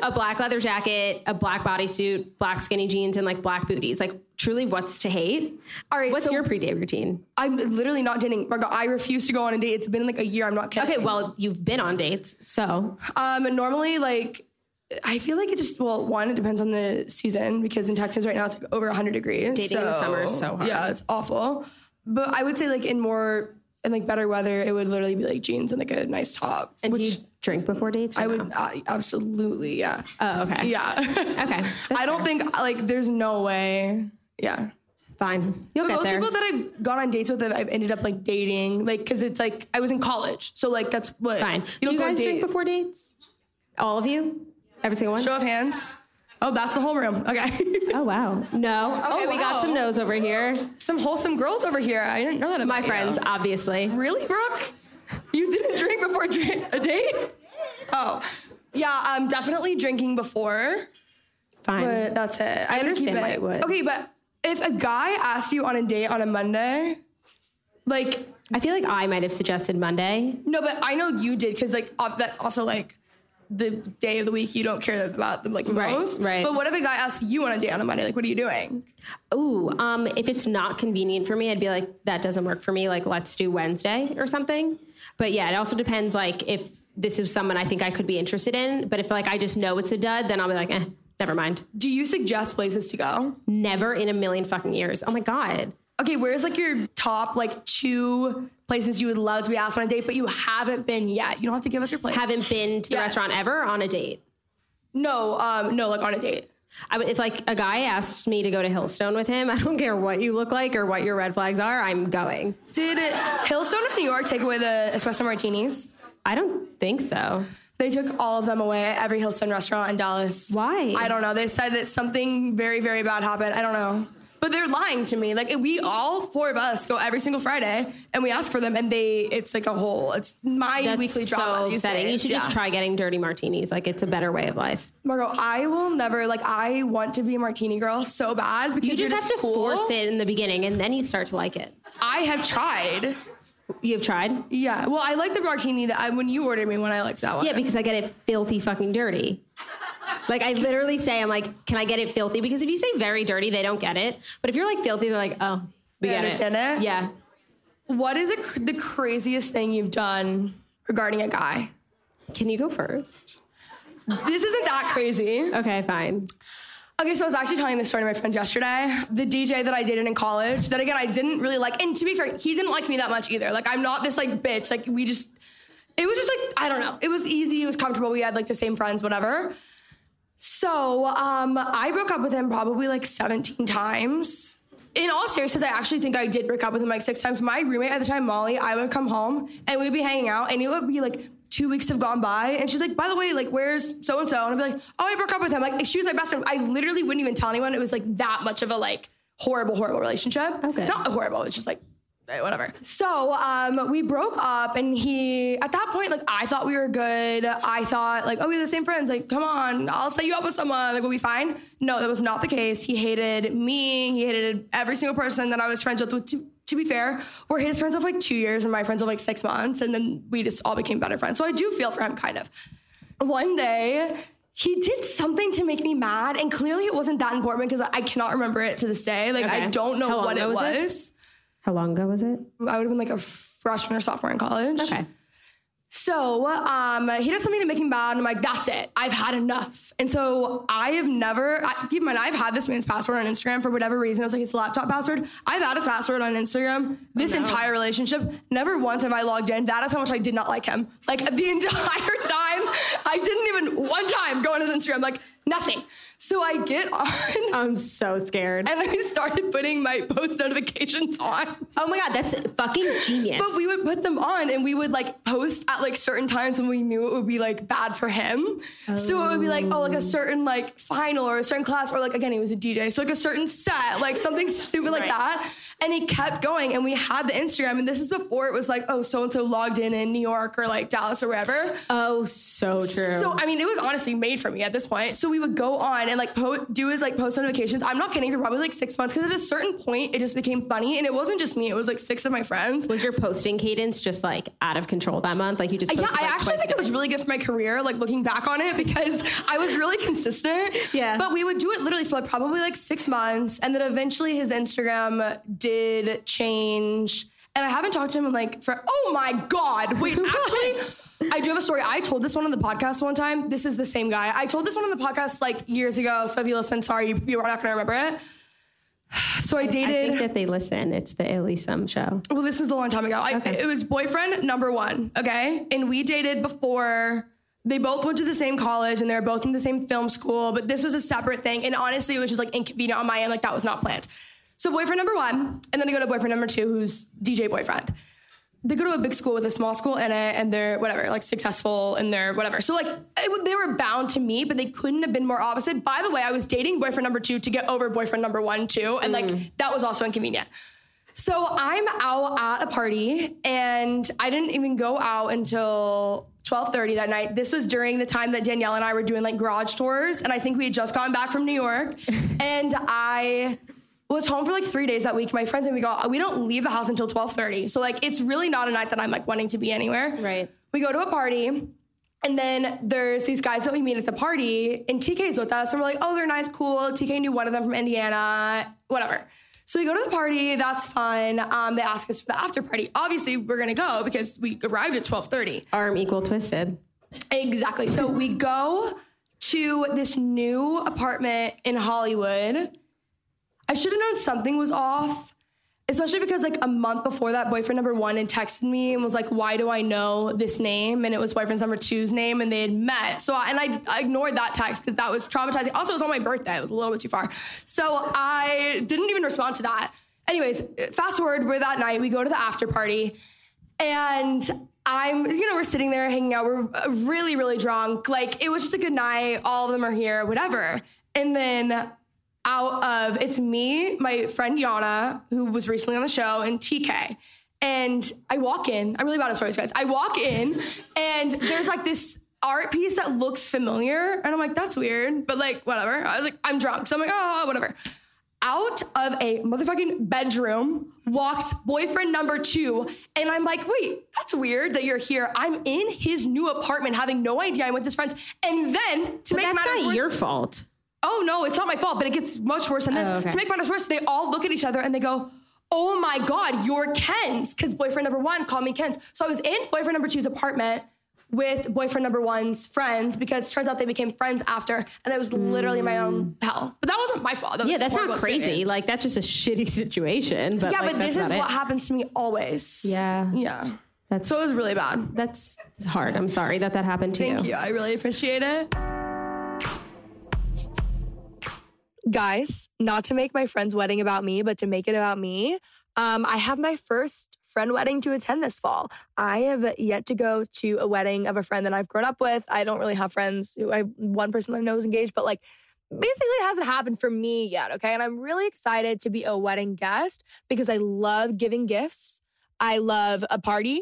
F: know. a black leather jacket, a black bodysuit, black skinny jeans, and like black booties. Like truly, what's to hate?
D: All right.
F: What's
D: so
F: your pre-date routine?
D: I'm literally not dating. Margot, I refuse to go on a date. It's been like a year. I'm not kidding.
F: Okay. Well, you've been on dates, so
D: Um, and normally, like, I feel like it just, well, one, it depends on the season because in Texas right now it's like over 100 degrees.
F: Dating in the summer is so hard.
D: Yeah, it's awful. But I would say, like, in more, in like better weather, it would literally be like jeans and like a nice top.
F: And do you drink before dates?
D: I would uh, absolutely, yeah.
F: Oh, okay.
D: Yeah.
F: Okay.
D: I don't think, like, there's no way. Yeah.
F: Fine. You'll
D: But
F: get
D: most
F: there.
D: people that I've gone on dates with, I've I've ended up like dating, like, because it's like I was in college, so like that's what.
F: Fine.
D: You
F: do
D: don't
F: you
D: go on
F: guys drink
D: dates.
F: before dates? All of you? Every single one?
D: Show of hands. Oh, that's the whole room. Okay.
F: oh wow. No. Okay,
D: Oh,
F: we got
D: wow.
F: some no's over here.
D: Some wholesome girls over here. I didn't know that about
F: My
D: you.
F: friends, obviously.
D: Really, Brooke? You didn't drink before dri- a date? Oh, yeah. I'm definitely drinking before.
F: Fine.
D: But that's it. I, would
F: understand
D: keep
F: why it would.
D: Okay, but if a guy asks you on a date on a Monday, like
F: I feel like I might have suggested Monday.
D: no, but I know you did because like ob- that's also like the day of the week you don't care about them like
F: Right,
D: most.
F: right.
D: But what if a guy asks you on a date on a Monday? Like, what are you doing?
F: Ooh, um, if it's not convenient for me, I'd be like, that doesn't work for me. Like, let's do Wednesday or something. But yeah, it also depends. Like, if this is someone I think I could be interested in, but if like I just know it's a dud, then I'll be like, eh, never mind.
D: Do you suggest places to go?
F: Never in a million fucking years. Oh my god.
D: Okay, where's like your top like two places you would love to be asked on a date, but you haven't been yet? You don't have to give us your place.
F: Haven't been to the
D: Yes.
F: restaurant ever on a date.
D: No, um, no, like on a date.
F: I would, if like a guy asked me to go to Hillstone with him, I don't care what you look like or what your red flags are, I'm going.
D: Did Hillstone of New York take away the espresso martinis?
F: I don't think so.
D: They took all of them away at every Hillstone restaurant in Dallas.
F: Why?
D: I don't know. They said that something very, very bad happened. I don't know. But they're lying to me. Like we all four of us go every single Friday and we ask for them and they it's like a whole it's my
F: That's
D: weekly
F: so
D: drama. these
F: upsetting. You
D: days.
F: should just
D: Yeah.
F: try getting dirty martinis. Like it's a better way of life.
D: Margo, I will never like I want to be a martini girl so bad because
F: You just,
D: you're
F: have to
D: cool.
F: force it in the beginning, and then you start to like it.
D: I have tried.
F: You have tried?
D: Yeah. Well, I like the martini that I when you ordered me when I liked that one.
F: Yeah, because I get it filthy fucking dirty. Like I literally say, I'm like, can I get it filthy? Because if you say very dirty, they don't get it. But if you're like filthy, they're like, oh, we
D: They
F: get
D: understand it?
F: Yeah.
D: What is a, cr- the craziest thing you've done regarding a guy?
F: Can you go first?
D: This isn't that crazy.
F: Okay, fine.
D: Okay, so I was actually telling this story to my friends yesterday. The DJ that I dated in college, that again I didn't really like, and to be fair, he didn't like me that much either. Like I'm not this like bitch. Like we just, it was just like I don't know. It was easy. It was comfortable. We had like the same friends, whatever. So um, I broke up with him probably like 17 times. In all seriousness, I actually think I did break up with him like six times. My roommate at the time, Molly, I would come home and we'd be hanging out, and it would be like two weeks have gone by, and she's like, "By the way, like, where's so and so?" And I'd be like, "Oh, I broke up with him." Like, she was my best friend. I literally wouldn't even tell anyone. It was like that much of a like horrible, horrible relationship. Okay, not horrible. It's just like eh, whatever. So um, we broke up, and he at that point, like I thought we were good. I thought like, oh, we're the same friends. Like, come on, I'll set you up with someone. Like, we'll be fine. No, that was not the case. He hated me. He hated every single person that I was friends with. with to, to be fair, we're his friends of like two years, and my friends of like six months, and then we just all became better friends. So I do feel for him, kind of. One day. He did something to make me mad, and clearly it wasn't that important because I cannot remember it to this day. Like I
F: Okay.
D: don't know
F: How long
D: what
F: ago
D: it
F: was
D: was.
F: this? How long ago was it?
D: I would have been like a freshman or sophomore in college.
F: Okay.
D: So um, he does something to make me mad, and I'm like, that's it. I've had enough. And so I have never, I, keep in mind, I've had this man's password on Instagram for whatever reason. It was like his laptop password. I've had his password on Instagram
F: Oh,
D: this entire relationship. Never once have I logged in. That is how much I did not like him. Like the entire time, I didn't even one time go on his Instagram, like nothing. So I get on.
F: I'm so scared.
D: And I started putting my post notifications on.
F: Oh my God, that's fucking genius.
D: But we would put them on and we would like post at like certain times when we knew it would be like bad for him. So it would be like, oh, like a certain like final or a certain class, or like again, he was a DJ. So like a certain set, like something stupid like that. And he kept going and we had the Instagram. And this is before it was like, oh, so and so logged in in New York or like Dallas or wherever.
F: Oh, so true.
D: So I mean, it was honestly made for me at this point. So we would go on and like po- do his like post notifications. I'm not kidding for probably like six months because at a certain point it just became funny, and it wasn't just me. It was like six of my friends.
F: was your posting cadence just like out of control that month? Like you just
D: Yeah,
F: posted,
D: I
F: like,
D: actually
F: twice a
D: think it was
F: day?
D: really good for my career, like looking back on it, because I was really consistent.
F: Yeah.
D: But we would do it literally for like probably like six months. And then eventually his Instagram did change. And I haven't talked to him in like for, oh my God. Wait, actually, I do have a story. I told this one on the podcast one time. This is the same guy. I told this one on the podcast like years ago. So if you listen, sorry, you, you're not going to remember it. So I dated.
F: I think that they listen. It's the Elysium show.
D: Well, this was a long time ago. I, It was boyfriend number one, okay? And we dated before. They both went to the same college and they were both in the same film school, but this was a separate thing. And honestly, it was just like inconvenient on my end. Like, that was not planned. So, boyfriend number one, and then I go to boyfriend number two, who's DJ boyfriend. They go to a big school with a small school in it, and they're whatever, like successful and they're whatever. So, like, it, would- they were bound to me, but they couldn't have been more opposite. By the way, I was dating boyfriend number two to get over boyfriend number one, too. And like, that was also inconvenient. So I'm out at a party and I didn't even go out until 12:30 that night. This was during the time that Danielle and I were doing like garage tours and I think we had just gotten back from New York and I was home for like 3 days that week. My friends and we go we don't leave the house until 12:30. So like it's really not a night that I'm like wanting to be anywhere. Right. We go to a party and then there's these guys that we meet at the party, and TK's with us, and we're like, oh, they're nice, cool. TK knew one of them from Indiana, whatever. So we go to the party, that's fun. Um, they ask us for the after party. Obviously, we're gonna go because we arrived at 12:30.
F: Arm equal twisted.
D: Exactly. So we go to this new apartment in Hollywood. I should have known something was off. Especially because like a month before that, boyfriend number one had texted me and was like, "Why do I know this name?" And it was boyfriend number two's name, and they had met. So I, and I, I ignored that text because that was traumatizing. Also, it was on my birthday; it was a little bit too far. So I didn't even respond to that. Anyways, fast forward, we're that night. We go to the after party, and I'm, you know, we're sitting there hanging out. We're uh, really, really drunk. Like it was just a good night. All of them are here, whatever. And then out of it's me, my friend Yana, who was recently on the show, and TK. And I walk in. I'm really bad at stories, guys. I walk in, and there's like this art piece that looks familiar, and I'm like, that's weird, but like whatever. I was like, I'm drunk, so I'm like, oh, whatever. Out of a motherfucking bedroom walks boyfriend number two, and I'm like, wait, that's weird that you're here. I'm in his new apartment, having no idea I'm with his friends. And then to
F: But
D: make
F: that's
D: matters
F: not
D: worse,
F: your fault.
D: oh no, it's not my fault, but it gets much worse than this.
F: Oh, okay.
D: To make matters worse, they all look at each other and they go, oh my God, you're Ken's. Because boyfriend number one called me Ken's. So I was in boyfriend number two's apartment with boyfriend number one's friends because turns out they became friends after, and it was literally my own hell. But that wasn't my fault. That was
F: Mm. Yeah,
D: a
F: that's not
D: horrible
F: crazy.
D: experience.
F: Like that's just a shitty situation. But
D: yeah,
F: like,
D: but this
F: that's
D: is
F: about
D: what
F: it.
D: happens to me always.
F: Yeah.
D: Yeah.
F: That's
D: so it was really bad.
F: That's it's hard. I'm sorry that that happened to
D: Thank you. I really appreciate it. Guys, not to make my friend's wedding about me, but to make it about me, um, I have my first friend wedding to attend this fall. I have yet to go to a wedding of a friend that I've grown up with. I don't really have friends. Who I one person that I know is engaged, but like basically it hasn't happened for me yet. Okay, and I'm really excited to be a wedding guest because I love giving gifts. I love a party.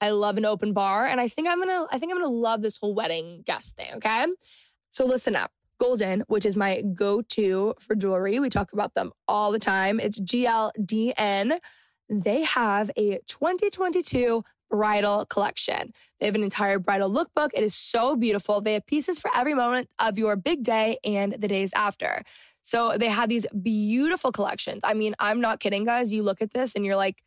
D: I love an open bar, and I think I'm gonna. I think I'm gonna love this whole wedding guest thing. Okay, so listen up. Golden, which is my go-to for jewelry, we talk about them all the time. It's GLDN. They have a 2022 bridal collection. They have an entire bridal lookbook. It is so beautiful. They have pieces for every moment of your big day and the days after. So they have these beautiful collections. I mean, I'm not kidding, guys. You look at this and you're like,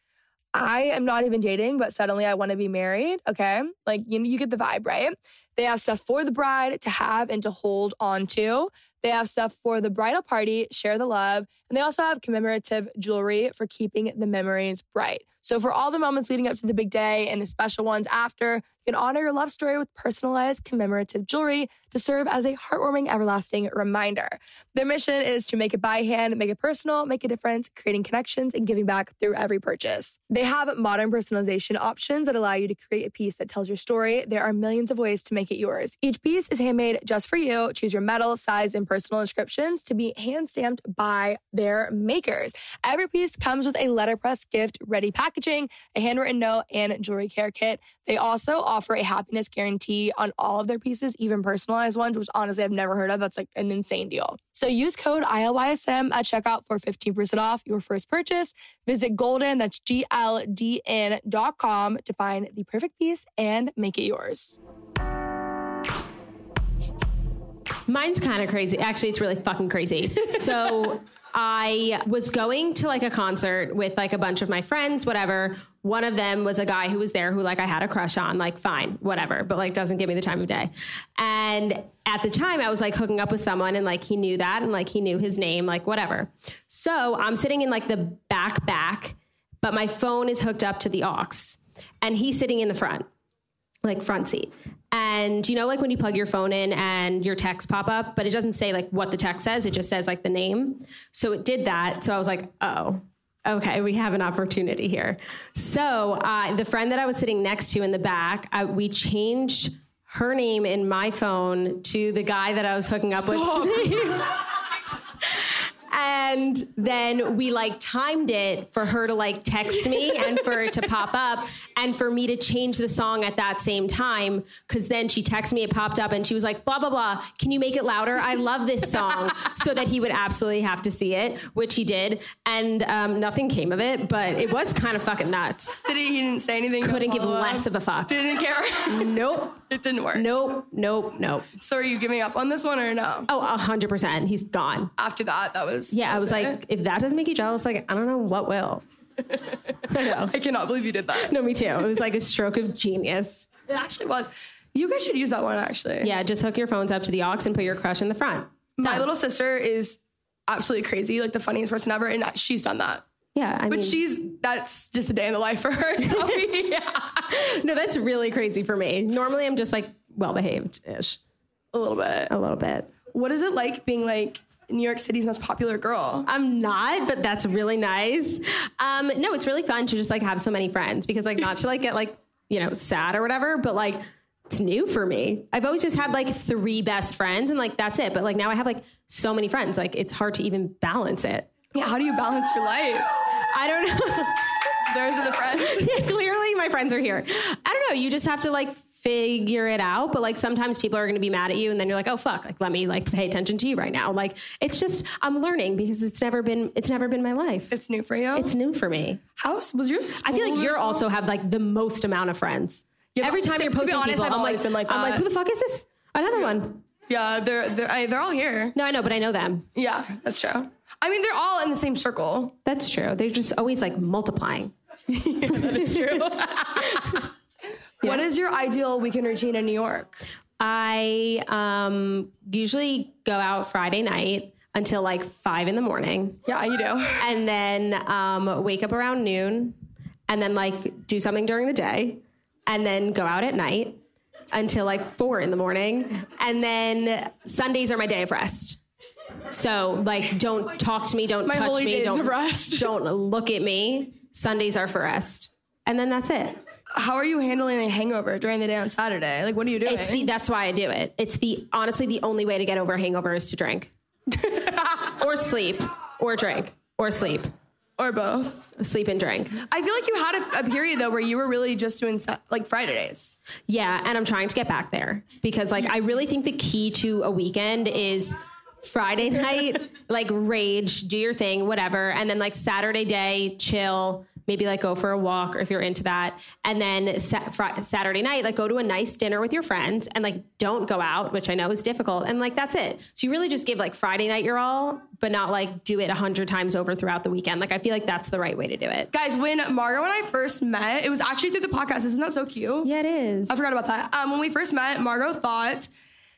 D: I am not even dating, but suddenly I want to be married. Okay. Like, you, you get the vibe, right? They have stuff for the bride to have and to hold on to. They have stuff for the bridal party, share the love. And they also have commemorative jewelry for keeping the memories bright. So, for all the moments leading up to the big day and the special ones after, you can honor your love story with personalized commemorative jewelry to serve as a heartwarming, everlasting reminder. Their mission is to make it by hand, make it personal, make a difference, creating connections, and giving back through every purchase. They have modern personalization options that allow you to create a piece that tells your story. There are millions of ways to make it yours. Each piece is handmade just for you. Choose your metal, size, and personal inscriptions to be hand stamped by their makers. Every piece comes with a letterpress gift ready packaging, a handwritten note, and jewelry care kit. They also offer a happiness guarantee on all of their pieces, even personalized ones, which honestly I've never heard of. That's like an insane deal. So use code ILYSM at checkout for 15% off your first purchase. Visit golden, that's gldn.com to find the perfect piece and make it yours.
F: Mine's kind of crazy. Actually, it's really fucking crazy. So I was going to like a concert with like a bunch of my friends, whatever. One of them was a guy who was there who like I had a crush on, like fine, whatever, but like doesn't give me the time of day. And at the time I was like hooking up with someone and like he knew that and like he knew his name, like whatever. So I'm sitting in like the back back, but my phone is hooked up to the aux and he's sitting in the front like front seat. And you know, like when you plug your phone in and your text pop up, but it doesn't say like what the text says, it just says like the name. So it did that. So I was like, oh, okay, we have an opportunity here. So uh, the friend that I was sitting next to in the back, I, we changed her name in my phone to the guy that I was hooking up with. And then we like timed it for her to like text me and for it to pop up and for me to change the song at that same time. Cause then she texted me, it popped up and she was like, blah, blah, blah. Can you make it louder? I love this song. so that he would absolutely have to see it, which he did. And um, nothing came of it, but it was kind of fucking nuts.
D: Did he, he didn't say anything?
F: Couldn't give
D: follow up?
F: less of a fuck.
D: Didn't care.
F: nope.
D: It didn't work.
F: Nope. Nope. Nope.
D: So are you giving up on this one or no?
F: Oh, 100%. He's gone.
D: After that, that was.
F: Yeah, I was
D: Oh, it.
F: like, if that doesn't make you jealous, like, I don't know what will. I know.
D: I cannot believe you did that.
F: No, me too. It was like a stroke of genius.
D: It actually was. You guys should use that one actually.
F: Yeah, just hook your phones up to the aux and put your crush in the front.
D: My little sister is absolutely crazy, like the funniest person ever, and she's done that.
F: Yeah, I
D: but
F: mean-
D: she's that's just a day in the life for her. So
F: No, that's really crazy for me. Normally, I'm just like well behaved ish.
D: A little bit.
F: A little bit.
D: what is it like being like New York City's most popular girl?
F: I'm not, but that's really nice. Um, no, it's really fun to just like have so many friends because like not to like get like you know sad or whatever, but like it's new for me. I've always just had like three best friends and like that's it. But like now I have like so many friends, like it's hard to even balance it.
D: Yeah, how do you balance your life?
F: I don't know.
D: Those are the friends.
F: yeah, clearly my friends are here. I don't know. You just have to like figure it out. But like sometimes people are going to be mad at you, and then you're like, oh fuck, like let me like pay attention to you right now. Like it's just I'm learning because it's never been it's never been my life.
D: It's new for you.
F: It's new for me.
D: How was your?
F: I feel like you are also have like the most amount of friends.
D: Yeah,
F: Every
D: but
F: time
D: to-
F: you're
D: to be
F: posting
D: honest,
F: people,
D: I've
F: I'm
D: always
F: like,
D: been like
F: I'm like,
D: that.
F: who the fuck is this? Another one.
D: Yeah, they're they're I, they're all here.
F: No, I know, but I know them.
D: Yeah, that's true. I mean, they're all in the same circle.
F: That's true. They're just always like multiplying.
D: that is true. What is your ideal weekend routine in New York?
F: I um, usually go out Friday night until like five in the morning.
D: Yeah, you do.
F: And then um, wake up around noon and then like do something during the day and then go out at night until like four in the morning. And then Sundays are my day of rest. So like don't talk to me, don't
D: My
F: touch
D: holy
F: me,
D: day is
F: don't
D: of rest.
F: don't look at me. Sundays are for rest. And then that's it.
D: How are you handling a hangover during the day on Saturday? Like, what are you doing?
F: It's the, that's why I do it. It's the honestly the only way to get over a hangover is to drink, or sleep, or drink, or sleep,
D: or both.
F: Sleep and drink.
D: I feel like you had a, a period though where you were really just doing Sa- like Friday days.
F: Yeah, and I'm trying to get back there because like I really think the key to a weekend is Friday night like rage, do your thing, whatever, and then like Saturday day chill, maybe like go for a walk or if you're into that, and then sa- fr- Saturday night like go to a nice dinner with your friends and like don't go out, which I know is difficult, and like that's it. So you really just give like Friday night your all, but not like do it a hundred times over throughout the weekend. Like I feel like that's the right way to do it.
D: Guys, when Margo and I first met, it was actually through the podcast. Isn't that so cute?
F: Yeah, it is.
D: I forgot about that. Um, when we first met, Margo thought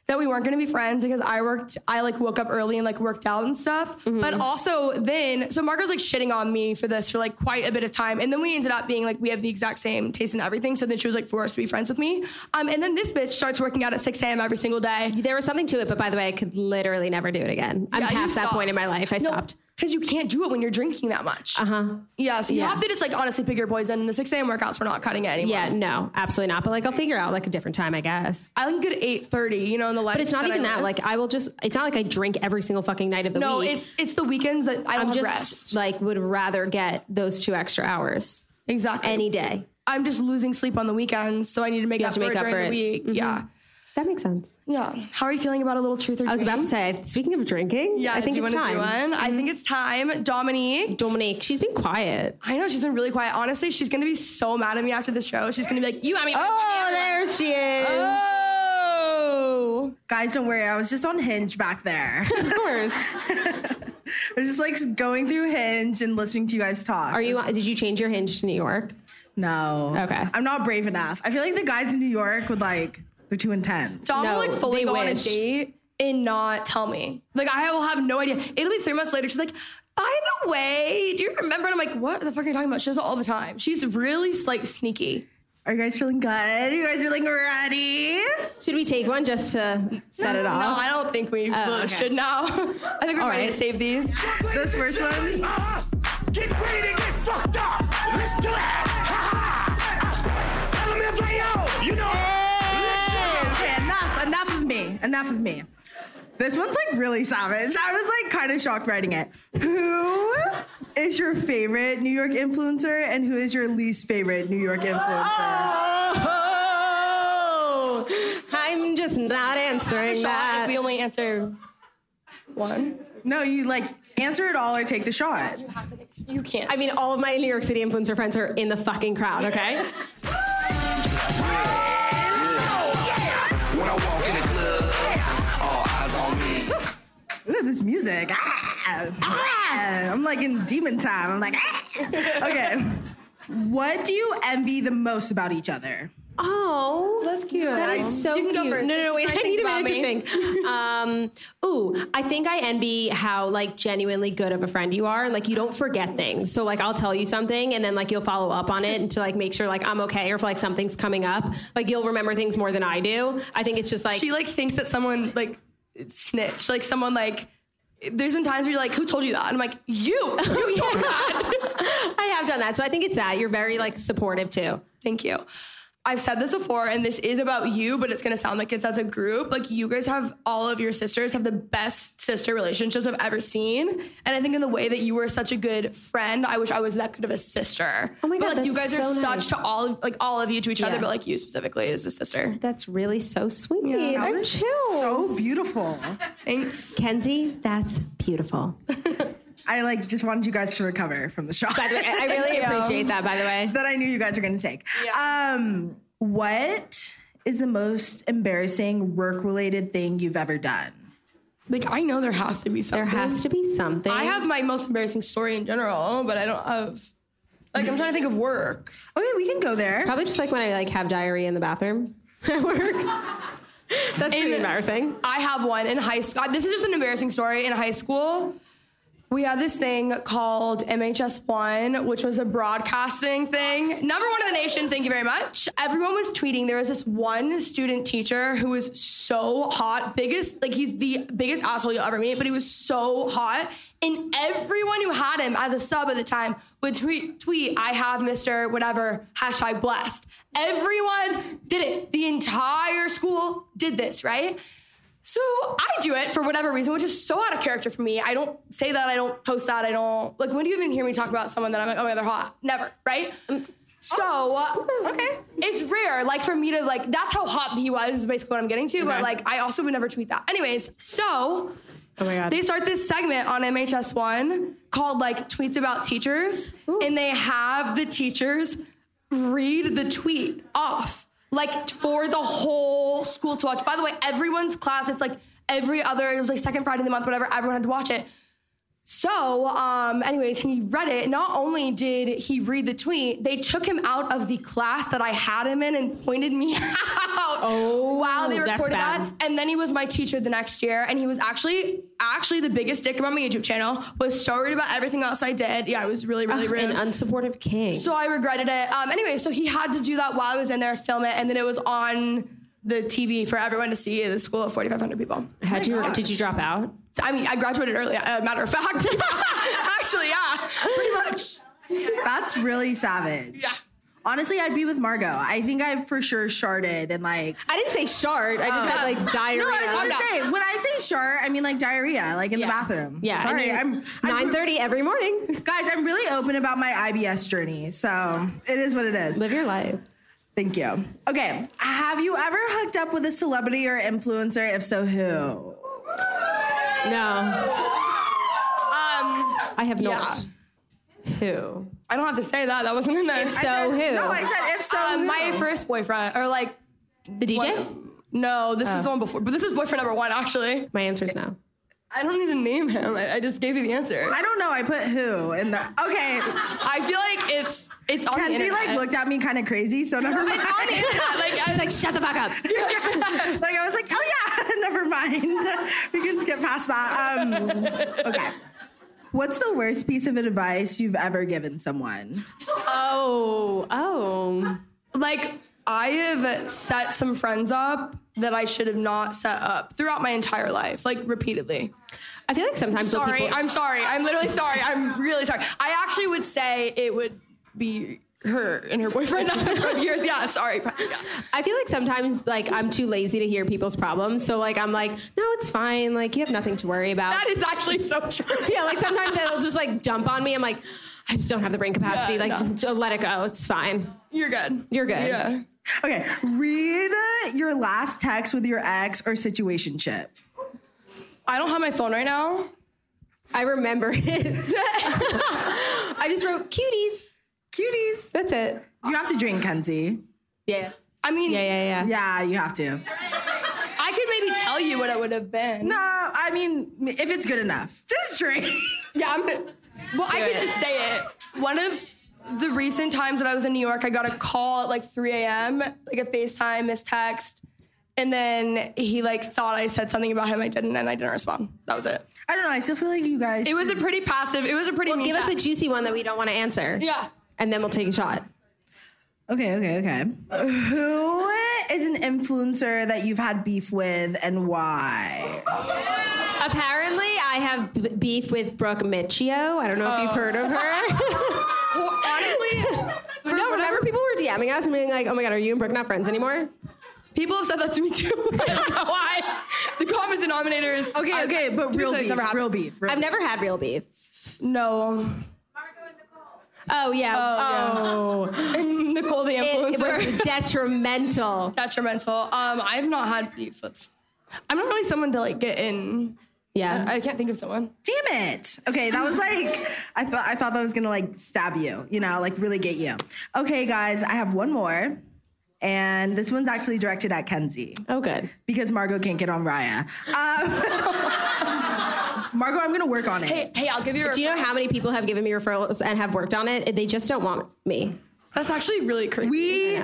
D: that we weren't going to be friends because I worked, I like woke up early and like worked out and stuff.
F: Mm-hmm.
D: But also then, so Margo's like shitting on me for this for like quite a bit of time. And then we ended up being like, we have the exact same taste in everything. So then she was like forced to be friends with me. Um, and then this bitch starts working out at 6 a.m. every single day.
F: There was something to it, but by the way, I could literally never do it again. I'm
D: Yeah, you
F: past that point in my
D: stopped.
F: life. I
D: No,
F: stopped.
D: Because you can't do it when you're drinking that much. Uh
F: huh.
D: Yeah, so you
F: Uh-huh. Yeah.
D: have to just like honestly pick your poison. And the 6 a.m. workouts were not cutting it anymore.
F: Yeah, no, absolutely not. But like, I'll figure out like a different time, I guess.
D: I can get 8.30, you know, in the life
F: But it's not
D: that I
F: even that.
D: live.
F: Like, I will just. It's not like I drink every single fucking night of the
D: no,
F: week.
D: it's it's the weekends that I don't
F: I'm
D: have
F: just
D: rest.
F: like would rather get those two extra hours.
D: Exactly.
F: Any day.
D: I'm just losing sleep on the weekends, so I need to make
F: You
D: up
F: have
D: for
F: to
D: it
F: make up
D: during
F: for
D: the
F: it. Mm-hmm.
D: week. Yeah.
F: That makes sense.
D: Yeah. How are you feeling about a little truth or
F: I was about to say. Speaking of drinking,
D: Yeah,
F: I think
D: do you
F: it's
D: wanna
F: time. Mm-hmm.
D: do one? I think it's time. Dominique.
F: Dominique, she's been quiet.
D: I know she's been really quiet. Honestly, she's gonna be so mad at me after this show. She's gonna be like, "You at me."
F: Oh, there she is. Oh.
E: Guys, don't worry. I was just on Hinge back there.
F: Of course.
E: I was just like going through Hinge and listening to you guys talk.
F: Are you? Did you change your hinge to New York?
E: No. Okay. I'm not brave enough. I feel like the guys in New York would like they're too intense.
D: Dom will like fully
F: they
D: go on a
F: wish.
D: date and not tell me. Like I will have no idea. It'll be three months later. She's like, by the way, do you remember? And I'm like, what the fuck are you talking about? She does it all the time. She's really like sneaky.
E: Are you guys feeling good? You guys feeling ready?
F: Should we take one just to set it
D: no,
F: off?
D: I don't think we
F: Oh,
D: really
F: okay.
D: should now. I think we're
F: All
D: ready
F: right.
D: to save these.
E: This first one.
N: Uh-huh. Get ready to get fucked up. Let's do it. LMFAO. You know.
E: Okay, okay, enough, enough of me, enough of me. This one's like really savage. I was like kind of shocked writing it. Who is your favorite New York influencer and who is your least favorite New York influencer?
F: Oh, I'm just not answering that.
D: if we only answer one.
E: No, you like answer it all or take the shot.
D: You can't.
F: I mean, all of my New York City influencer friends are in the fucking crowd, okay?
N: When I walk in the club, all eyes on me.
E: Look at this music. Ah, ah. I'm like in demon time. I'm like, ah. okay. What do you envy the most about each other?
F: Oh, that's cute. That is so
D: You can go
F: cute.
D: first.
F: No, no, no, wait.
D: Since
F: I,
D: I think
F: need a minute
D: about
F: to
D: me.
F: think. Um, ooh, I think I envy how like genuinely good of a friend you are, and like you don't forget things. So like I'll tell you something, and then like you'll follow up on it and to like make sure like I'm okay, or if like something's coming up, like you'll remember things more than I do. I think it's just like
D: she like thinks that someone like snitched, like someone like. There's been times where you're like, "Who told you that?" And I'm like, "You, you told me that."
F: I have done that, so I think it's that you're very like supportive too.
D: Thank you. I've said this before, and this is about you, but it's gonna sound like it's as a group. Like you guys have all of your sisters have the best sister relationships I've ever seen, and I think in the way that you were such a good friend, I wish I was that good of a sister.
F: Oh my
D: but
F: God,
D: like you
F: that's
D: guys are
F: so nice.
D: such to all like all of you to each other,
F: Yeah.
D: but like you specifically as a sister.
F: That's really so sweet.
D: Yeah.
F: I'm
D: That was
F: So
E: beautiful.
D: Thanks,
F: Kenzie. That's beautiful.
E: I like just wanted you guys to recover from the shock.
F: By the way, I- I really
E: Thank you.
F: appreciate that, by the way.
E: That I knew you guys were going to take. Um, what is the most embarrassing work-related thing you've ever done?
D: Like I know there has to be something.
F: There has to be something.
D: I have my most embarrassing story in general, but I don't have. Like I'm trying to think of work.
E: Okay, we can go there.
F: Probably just like when I like have diarrhea in the bathroom at work. That's pretty embarrassing.
D: I have one in high school. This is just an embarrassing story. In high school, we had this thing called MHS1, which was a broadcasting thing. Number one in the nation, thank you very much. Everyone was tweeting. There was this one student teacher who was so hot, biggest, like he's the biggest asshole you'll ever meet, but he was so hot. And everyone who had him as a sub at the time would tweet, tweet I have Mr. whatever, hashtag blessed. Everyone did it. The entire school did this, right? So I do it for whatever reason, which is so out of character for me. I don't say that. I don't post that. I don't like. When do you even hear me talk about someone that I'm like, oh my god, they're hot? Never, right?
F: Um,
D: So okay, it's rare. Like for me to like, that's how hot he was. Is basically what I'm getting to. But
F: Okay.
D: like, I also would never tweet that. Anyways, so
F: Oh my god.
D: they start this segment on MHS1 called like tweets about teachers, and they have the teachers read the tweet off like for the whole school to watch. By the way, everyone's class, it's like every other, it was like second Friday of the month, whatever, everyone had to watch it. So, um, anyways, he read it. Not only did he read the tweet, they took him out of the class that I had him in and pointed me out while they
F: Oh, that's
D: recorded that.
F: bad.
D: And then he was my teacher the next year, and he was actually actually the biggest dick about my YouTube channel. Was so rude about everything else I did. Yeah, it was really really
F: Ugh,
D: rude.
F: An unsupportive king.
D: So I regretted it. Um, anyway, so he had to do that while I was in there, film it, and then it was on the TV for everyone to see. The school of 4,500 people.
F: How'd you did you drop out?
D: I mean, I graduated early. uh, matter of fact, actually, yeah, pretty much.
E: That's really savage. Yeah. Honestly, I'd be with Margot. I think I've for sure sharded and like.
F: I didn't say shard. Uh, I just
E: Oh.
F: said like diarrhea.
E: No, I was gonna say when I say shart, I mean like diarrhea, like in the bathroom.
F: Yeah, and
E: sorry.
F: you-
E: I'm
F: 9:30 every morning.
E: Guys, I'm really open about my IBS journey, so it is what it is.
F: Live your life.
E: Thank you. Okay, have you ever hooked up with a celebrity or influencer? If so, who?
F: No,
D: Um,
F: I have
D: yeah.
F: not. Who?
D: I don't have to say that. That wasn't in there.
F: If so, who?
E: no, I said if so,
D: Uh, my
E: who?
D: first boyfriend, or like
F: The DJ?
D: No, this was
F: Oh.
D: the one before, but this is boyfriend number one, actually.
F: My answer is no.
D: I don't need to name him. I, I just gave you the answer.
E: I don't know. I put who in the. Okay.
D: I feel like it's it's on the
E: Kenzie like
D: internet.
E: looked at me kind of crazy, so never mind.
D: It's on the internet. Like,
F: She's like, shut the fuck up.
E: like I was like, oh yeah, never mind. we can skip past that. Um, okay. What's the worst piece of advice you've ever given someone?
F: Oh, oh.
D: Like I have set some friends up that I should have not set up throughout my entire life, like repeatedly.
F: I feel like sometimes though,
D: sorry,
F: people-
D: I'm sorry. I'm literally sorry. I'm really sorry. I actually would say it would be her and her boyfriend after five years. Yeah, sorry. Yeah.
F: I feel like sometimes like I'm too lazy to hear people's problems, so like I'm like, no, it's fine. Like you have nothing to worry about.
D: That is actually so true.
F: yeah, like sometimes it'll just like dump on me. I'm like, I just don't have the brain capacity.
D: Yeah,
F: like
D: no.
F: just let it go. It's fine.
D: You're good.
F: You're good.
D: Yeah.
E: Okay. Read uh, your last text with your ex or situationship.
D: I don't have my phone right now.
F: I remember it. I just wrote cuties.
E: Cuties.
F: That's it.
E: You have to drink, Kenzie.
F: Yeah.
D: I mean,
F: Yeah, yeah, yeah.
E: Yeah, you have to.
D: I could maybe tell you what it would have been.
E: No, I mean, if it's good enough, just drink.
D: Yeah, I'm. Well, I
F: Do
D: could
F: it.
D: just say it. One of the recent times that I was in New York, I got a call at like 3 a.m., like a FaceTime, missed text. And then he like thought I said something about him. I didn't, and I didn't respond. That was it.
E: I don't know. I still feel like you guys.
D: It was a pretty passive. It was a pretty.
F: Well,
D: mean
F: give us a
D: text.
F: juicy one that we don't want to answer.
D: Yeah.
F: And then we'll take a shot.
E: Okay, okay, okay. Who is an influencer that you've had beef with and why?
F: Apparently, I have b- beef with Brooke Michio. I don't know if
D: Oh.
F: you've heard of her.
D: Well, honestly,
F: For no, remember people were DMing us and being like, "Oh my god, are you and Brooke not friends anymore?"
D: People have said that to me too. I don't know why. The common denominator is
E: Okay,
D: I-
E: okay, but
D: to be
E: real
D: fair, it's
E: beef,
D: never happened.
E: real beef, real
F: I've never had real beef.
D: No.
F: Oh yeah.
D: Oh, And Nicole, the
F: It,
D: influencer.
F: it was detrimental.
D: detrimental. Um, I've not had beef with. I'm not really someone to like get in.
F: Yeah.
D: I, I can't think of someone.
E: Damn it. Okay, that was like I thought I thought that was gonna like stab you, you know, like really get you. Okay, guys, I have one more. And this one's actually directed at Kenzie.
F: Oh good.
E: Because Margot can't get on Raya. Um, Margot, I'm gonna work on it.
F: Hey,
D: hey, I'll give you.
F: Do you know how many people have given me referrals and have worked on it? They just don't want me.
D: That's actually really crazy.
E: We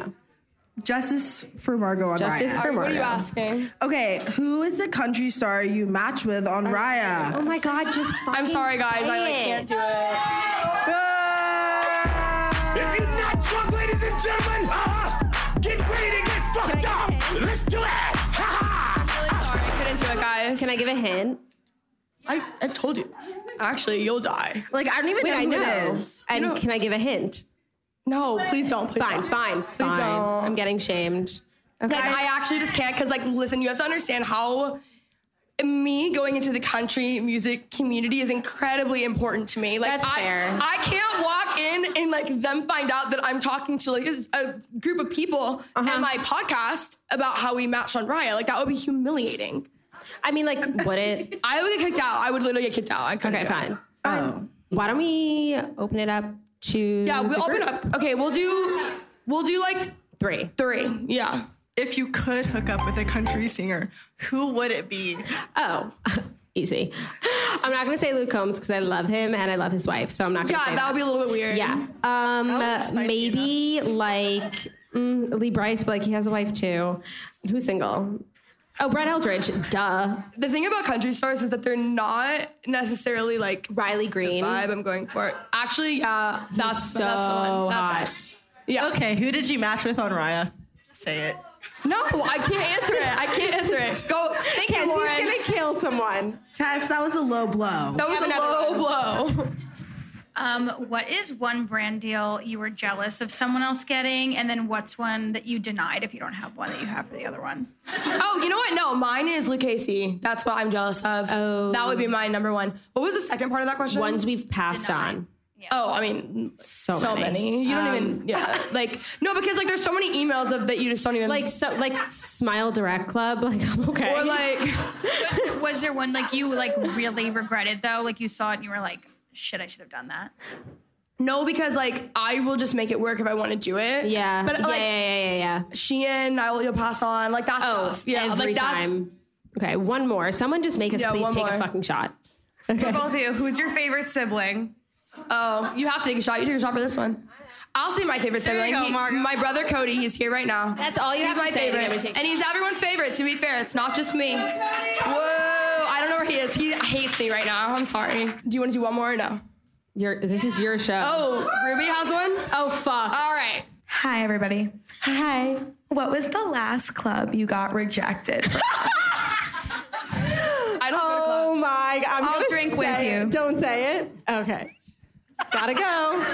E: justice for Margot on
F: Justice
E: Raya.
F: for All right, what are you Margot.
D: asking?
E: Okay, who is the country star you match with on Raya?
F: Oh my god, just.
D: I'm sorry, guys. I like,
F: say it.
D: can't do it.
N: If you're not drunk, ladies and gentlemen, uh-huh, get ready to get fucked up. Let's do it. Ha
D: Sorry, I couldn't do it, guys.
F: Can I give a hint?
D: I, I've told you. Actually, you'll die.
E: Like I don't even
F: Wait,
E: know
F: I
E: who
F: know.
E: it is.
F: And can I give a hint?
D: No, please don't. Please
F: Fine,
D: don't.
F: fine,
D: Please
F: fine.
D: don't.
F: I'm getting shamed. Okay.
D: Guys, I actually just can't because, like, listen, you have to understand how me going into the country music community is incredibly important to me. Like,
F: That's
D: I,
F: fair.
D: I can't walk in and like them find out that I'm talking to like a- a group of people and
F: Uh-huh.
D: my podcast about how we matched on Raya. Like, that would be humiliating.
F: I mean, like, would it?
D: I would get kicked out. I would literally get kicked out. I couldn't.
F: Okay,
D: do it.
F: fine.
E: Oh.
F: Why don't we open it up to?
D: Yeah,
F: the
D: we'll open
F: group?
D: up. Okay, we'll do. We'll do like
F: three.
D: three. Yeah.
M: If you could hook up with a country singer, who would it be?
F: Oh, easy. I'm not gonna say Luke Combs because I love him and I love his wife, so I'm not gonna.
D: Yeah,
F: say
D: that would be a little bit weird.
F: Yeah. Um, maybe like mm, Lee Bryce, but like he has a wife too. Who's single? Oh, Brett Eldridge. Duh.
D: The thing about country stars is that they're not necessarily like
F: Riley Green.
D: the vibe I'm going for. Actually, yeah, that's
F: so
D: that's the one. That's
F: hot.
D: it. Yeah.
M: Okay, who did you match with on Raya? Say it.
D: No, I can't answer it. I can't answer it. Go. Thank you, Lauren.
F: kill someone.
E: Tess, that was a low blow.
D: that was a
F: another
D: low blow.
K: Um, what is one brand deal you were jealous of someone else getting, and then what's one that you denied if you don't have one that you have for the other one?
D: Oh, you know what? No, mine is Lucchese. That's what I'm jealous of.
F: Oh.
D: That would be my number one. What was the second part of that question?
F: Ones we've passed on.
D: Oh, I mean,
F: So,
D: so many. You don't
K: Um,
D: even, yeah. Like, no, because like there's so many emails of that you just don't even
F: Like so, like Smile Direct Club. Like I'm okay.
D: Or like,
K: Was there, was there one like you like really regretted though? Like you saw it and you were like, shit, I should have done that.
D: no, because like I will just make it work if I want to do it.
F: yeah,
D: But
F: yeah,
D: like,
F: yeah, yeah, yeah, yeah.
D: Shein, I will you'll pass on. Like that
F: Oh,
D: stuff. Yeah,
F: every
D: like that's
F: time. Okay, one more. Someone just make us
D: Yeah,
F: please
D: one
F: take a
D: more.
F: fucking shot.
I: For both of you, who's your favorite sibling?
D: oh, you have to take a shot. You take a shot for this one. I'll see my favorite
I: you
D: sibling.
I: go,
D: He-
I: Margo.
D: my brother Cody, he's here right now.
F: That's all you
D: he's
F: have
D: my
F: to say to get me
D: favorite.
F: taken.
D: And he's everyone's favorite, to be fair. It's not just me. Whoa, I don't know where he is. He hates me right now. I'm sorry. Do you want to do one more or no?
F: Your this is your show.
D: Oh, Ruby has one?
F: oh fuck.
D: All right.
M: Hi, everybody. Hi. What was the last club you got rejected? from?
D: I don't go to clubs.
F: Oh my god. I'm
M: I'll
F: gonna
M: drink
F: say
M: with
F: it.
M: you.
F: Don't say it. Okay. Gotta go.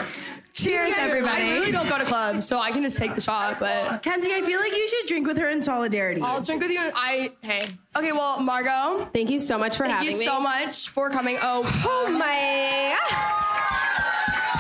M: Cheers,
D: I really
M: everybody.
D: don't go to clubs, so I can just take the shot, but
E: Kenzie, I feel like you should drink with her in solidarity.
D: I'll drink with you. and I hey. Okay, well, Margot,
F: Thank you so much for
D: thank
F: having
D: you
F: me.
D: so much for coming. Oh,
F: Oh my.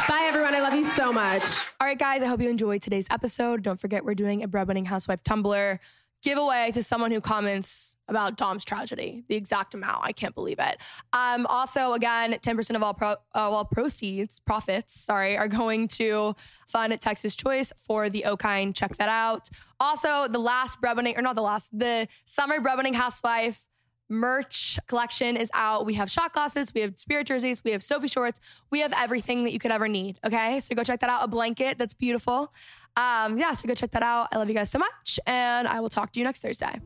F: Bye everyone. I love you so much.
D: All right, guys, I hope you enjoyed today's episode. Don't forget, we're doing a breadwinning housewife Tumblr giveaway to someone who comments about Dom's tragedy, the exact amount. I can't believe it. Um, also, again, 10% of all, pro- uh, all proceeds, profits, sorry, are going to fund Texas Choice for the Okine. Check that out. Also, the last breadwinning, or not the last, the summer breadwinning housewife merch collection is out. We have shot glasses, we have spirit jerseys, we have Sophie shorts, we have everything that you could ever need. Okay, so go check that out. A blanket that's beautiful. Um, yeah, so go check that out. I love you guys so much, and I will talk to you next Thursday.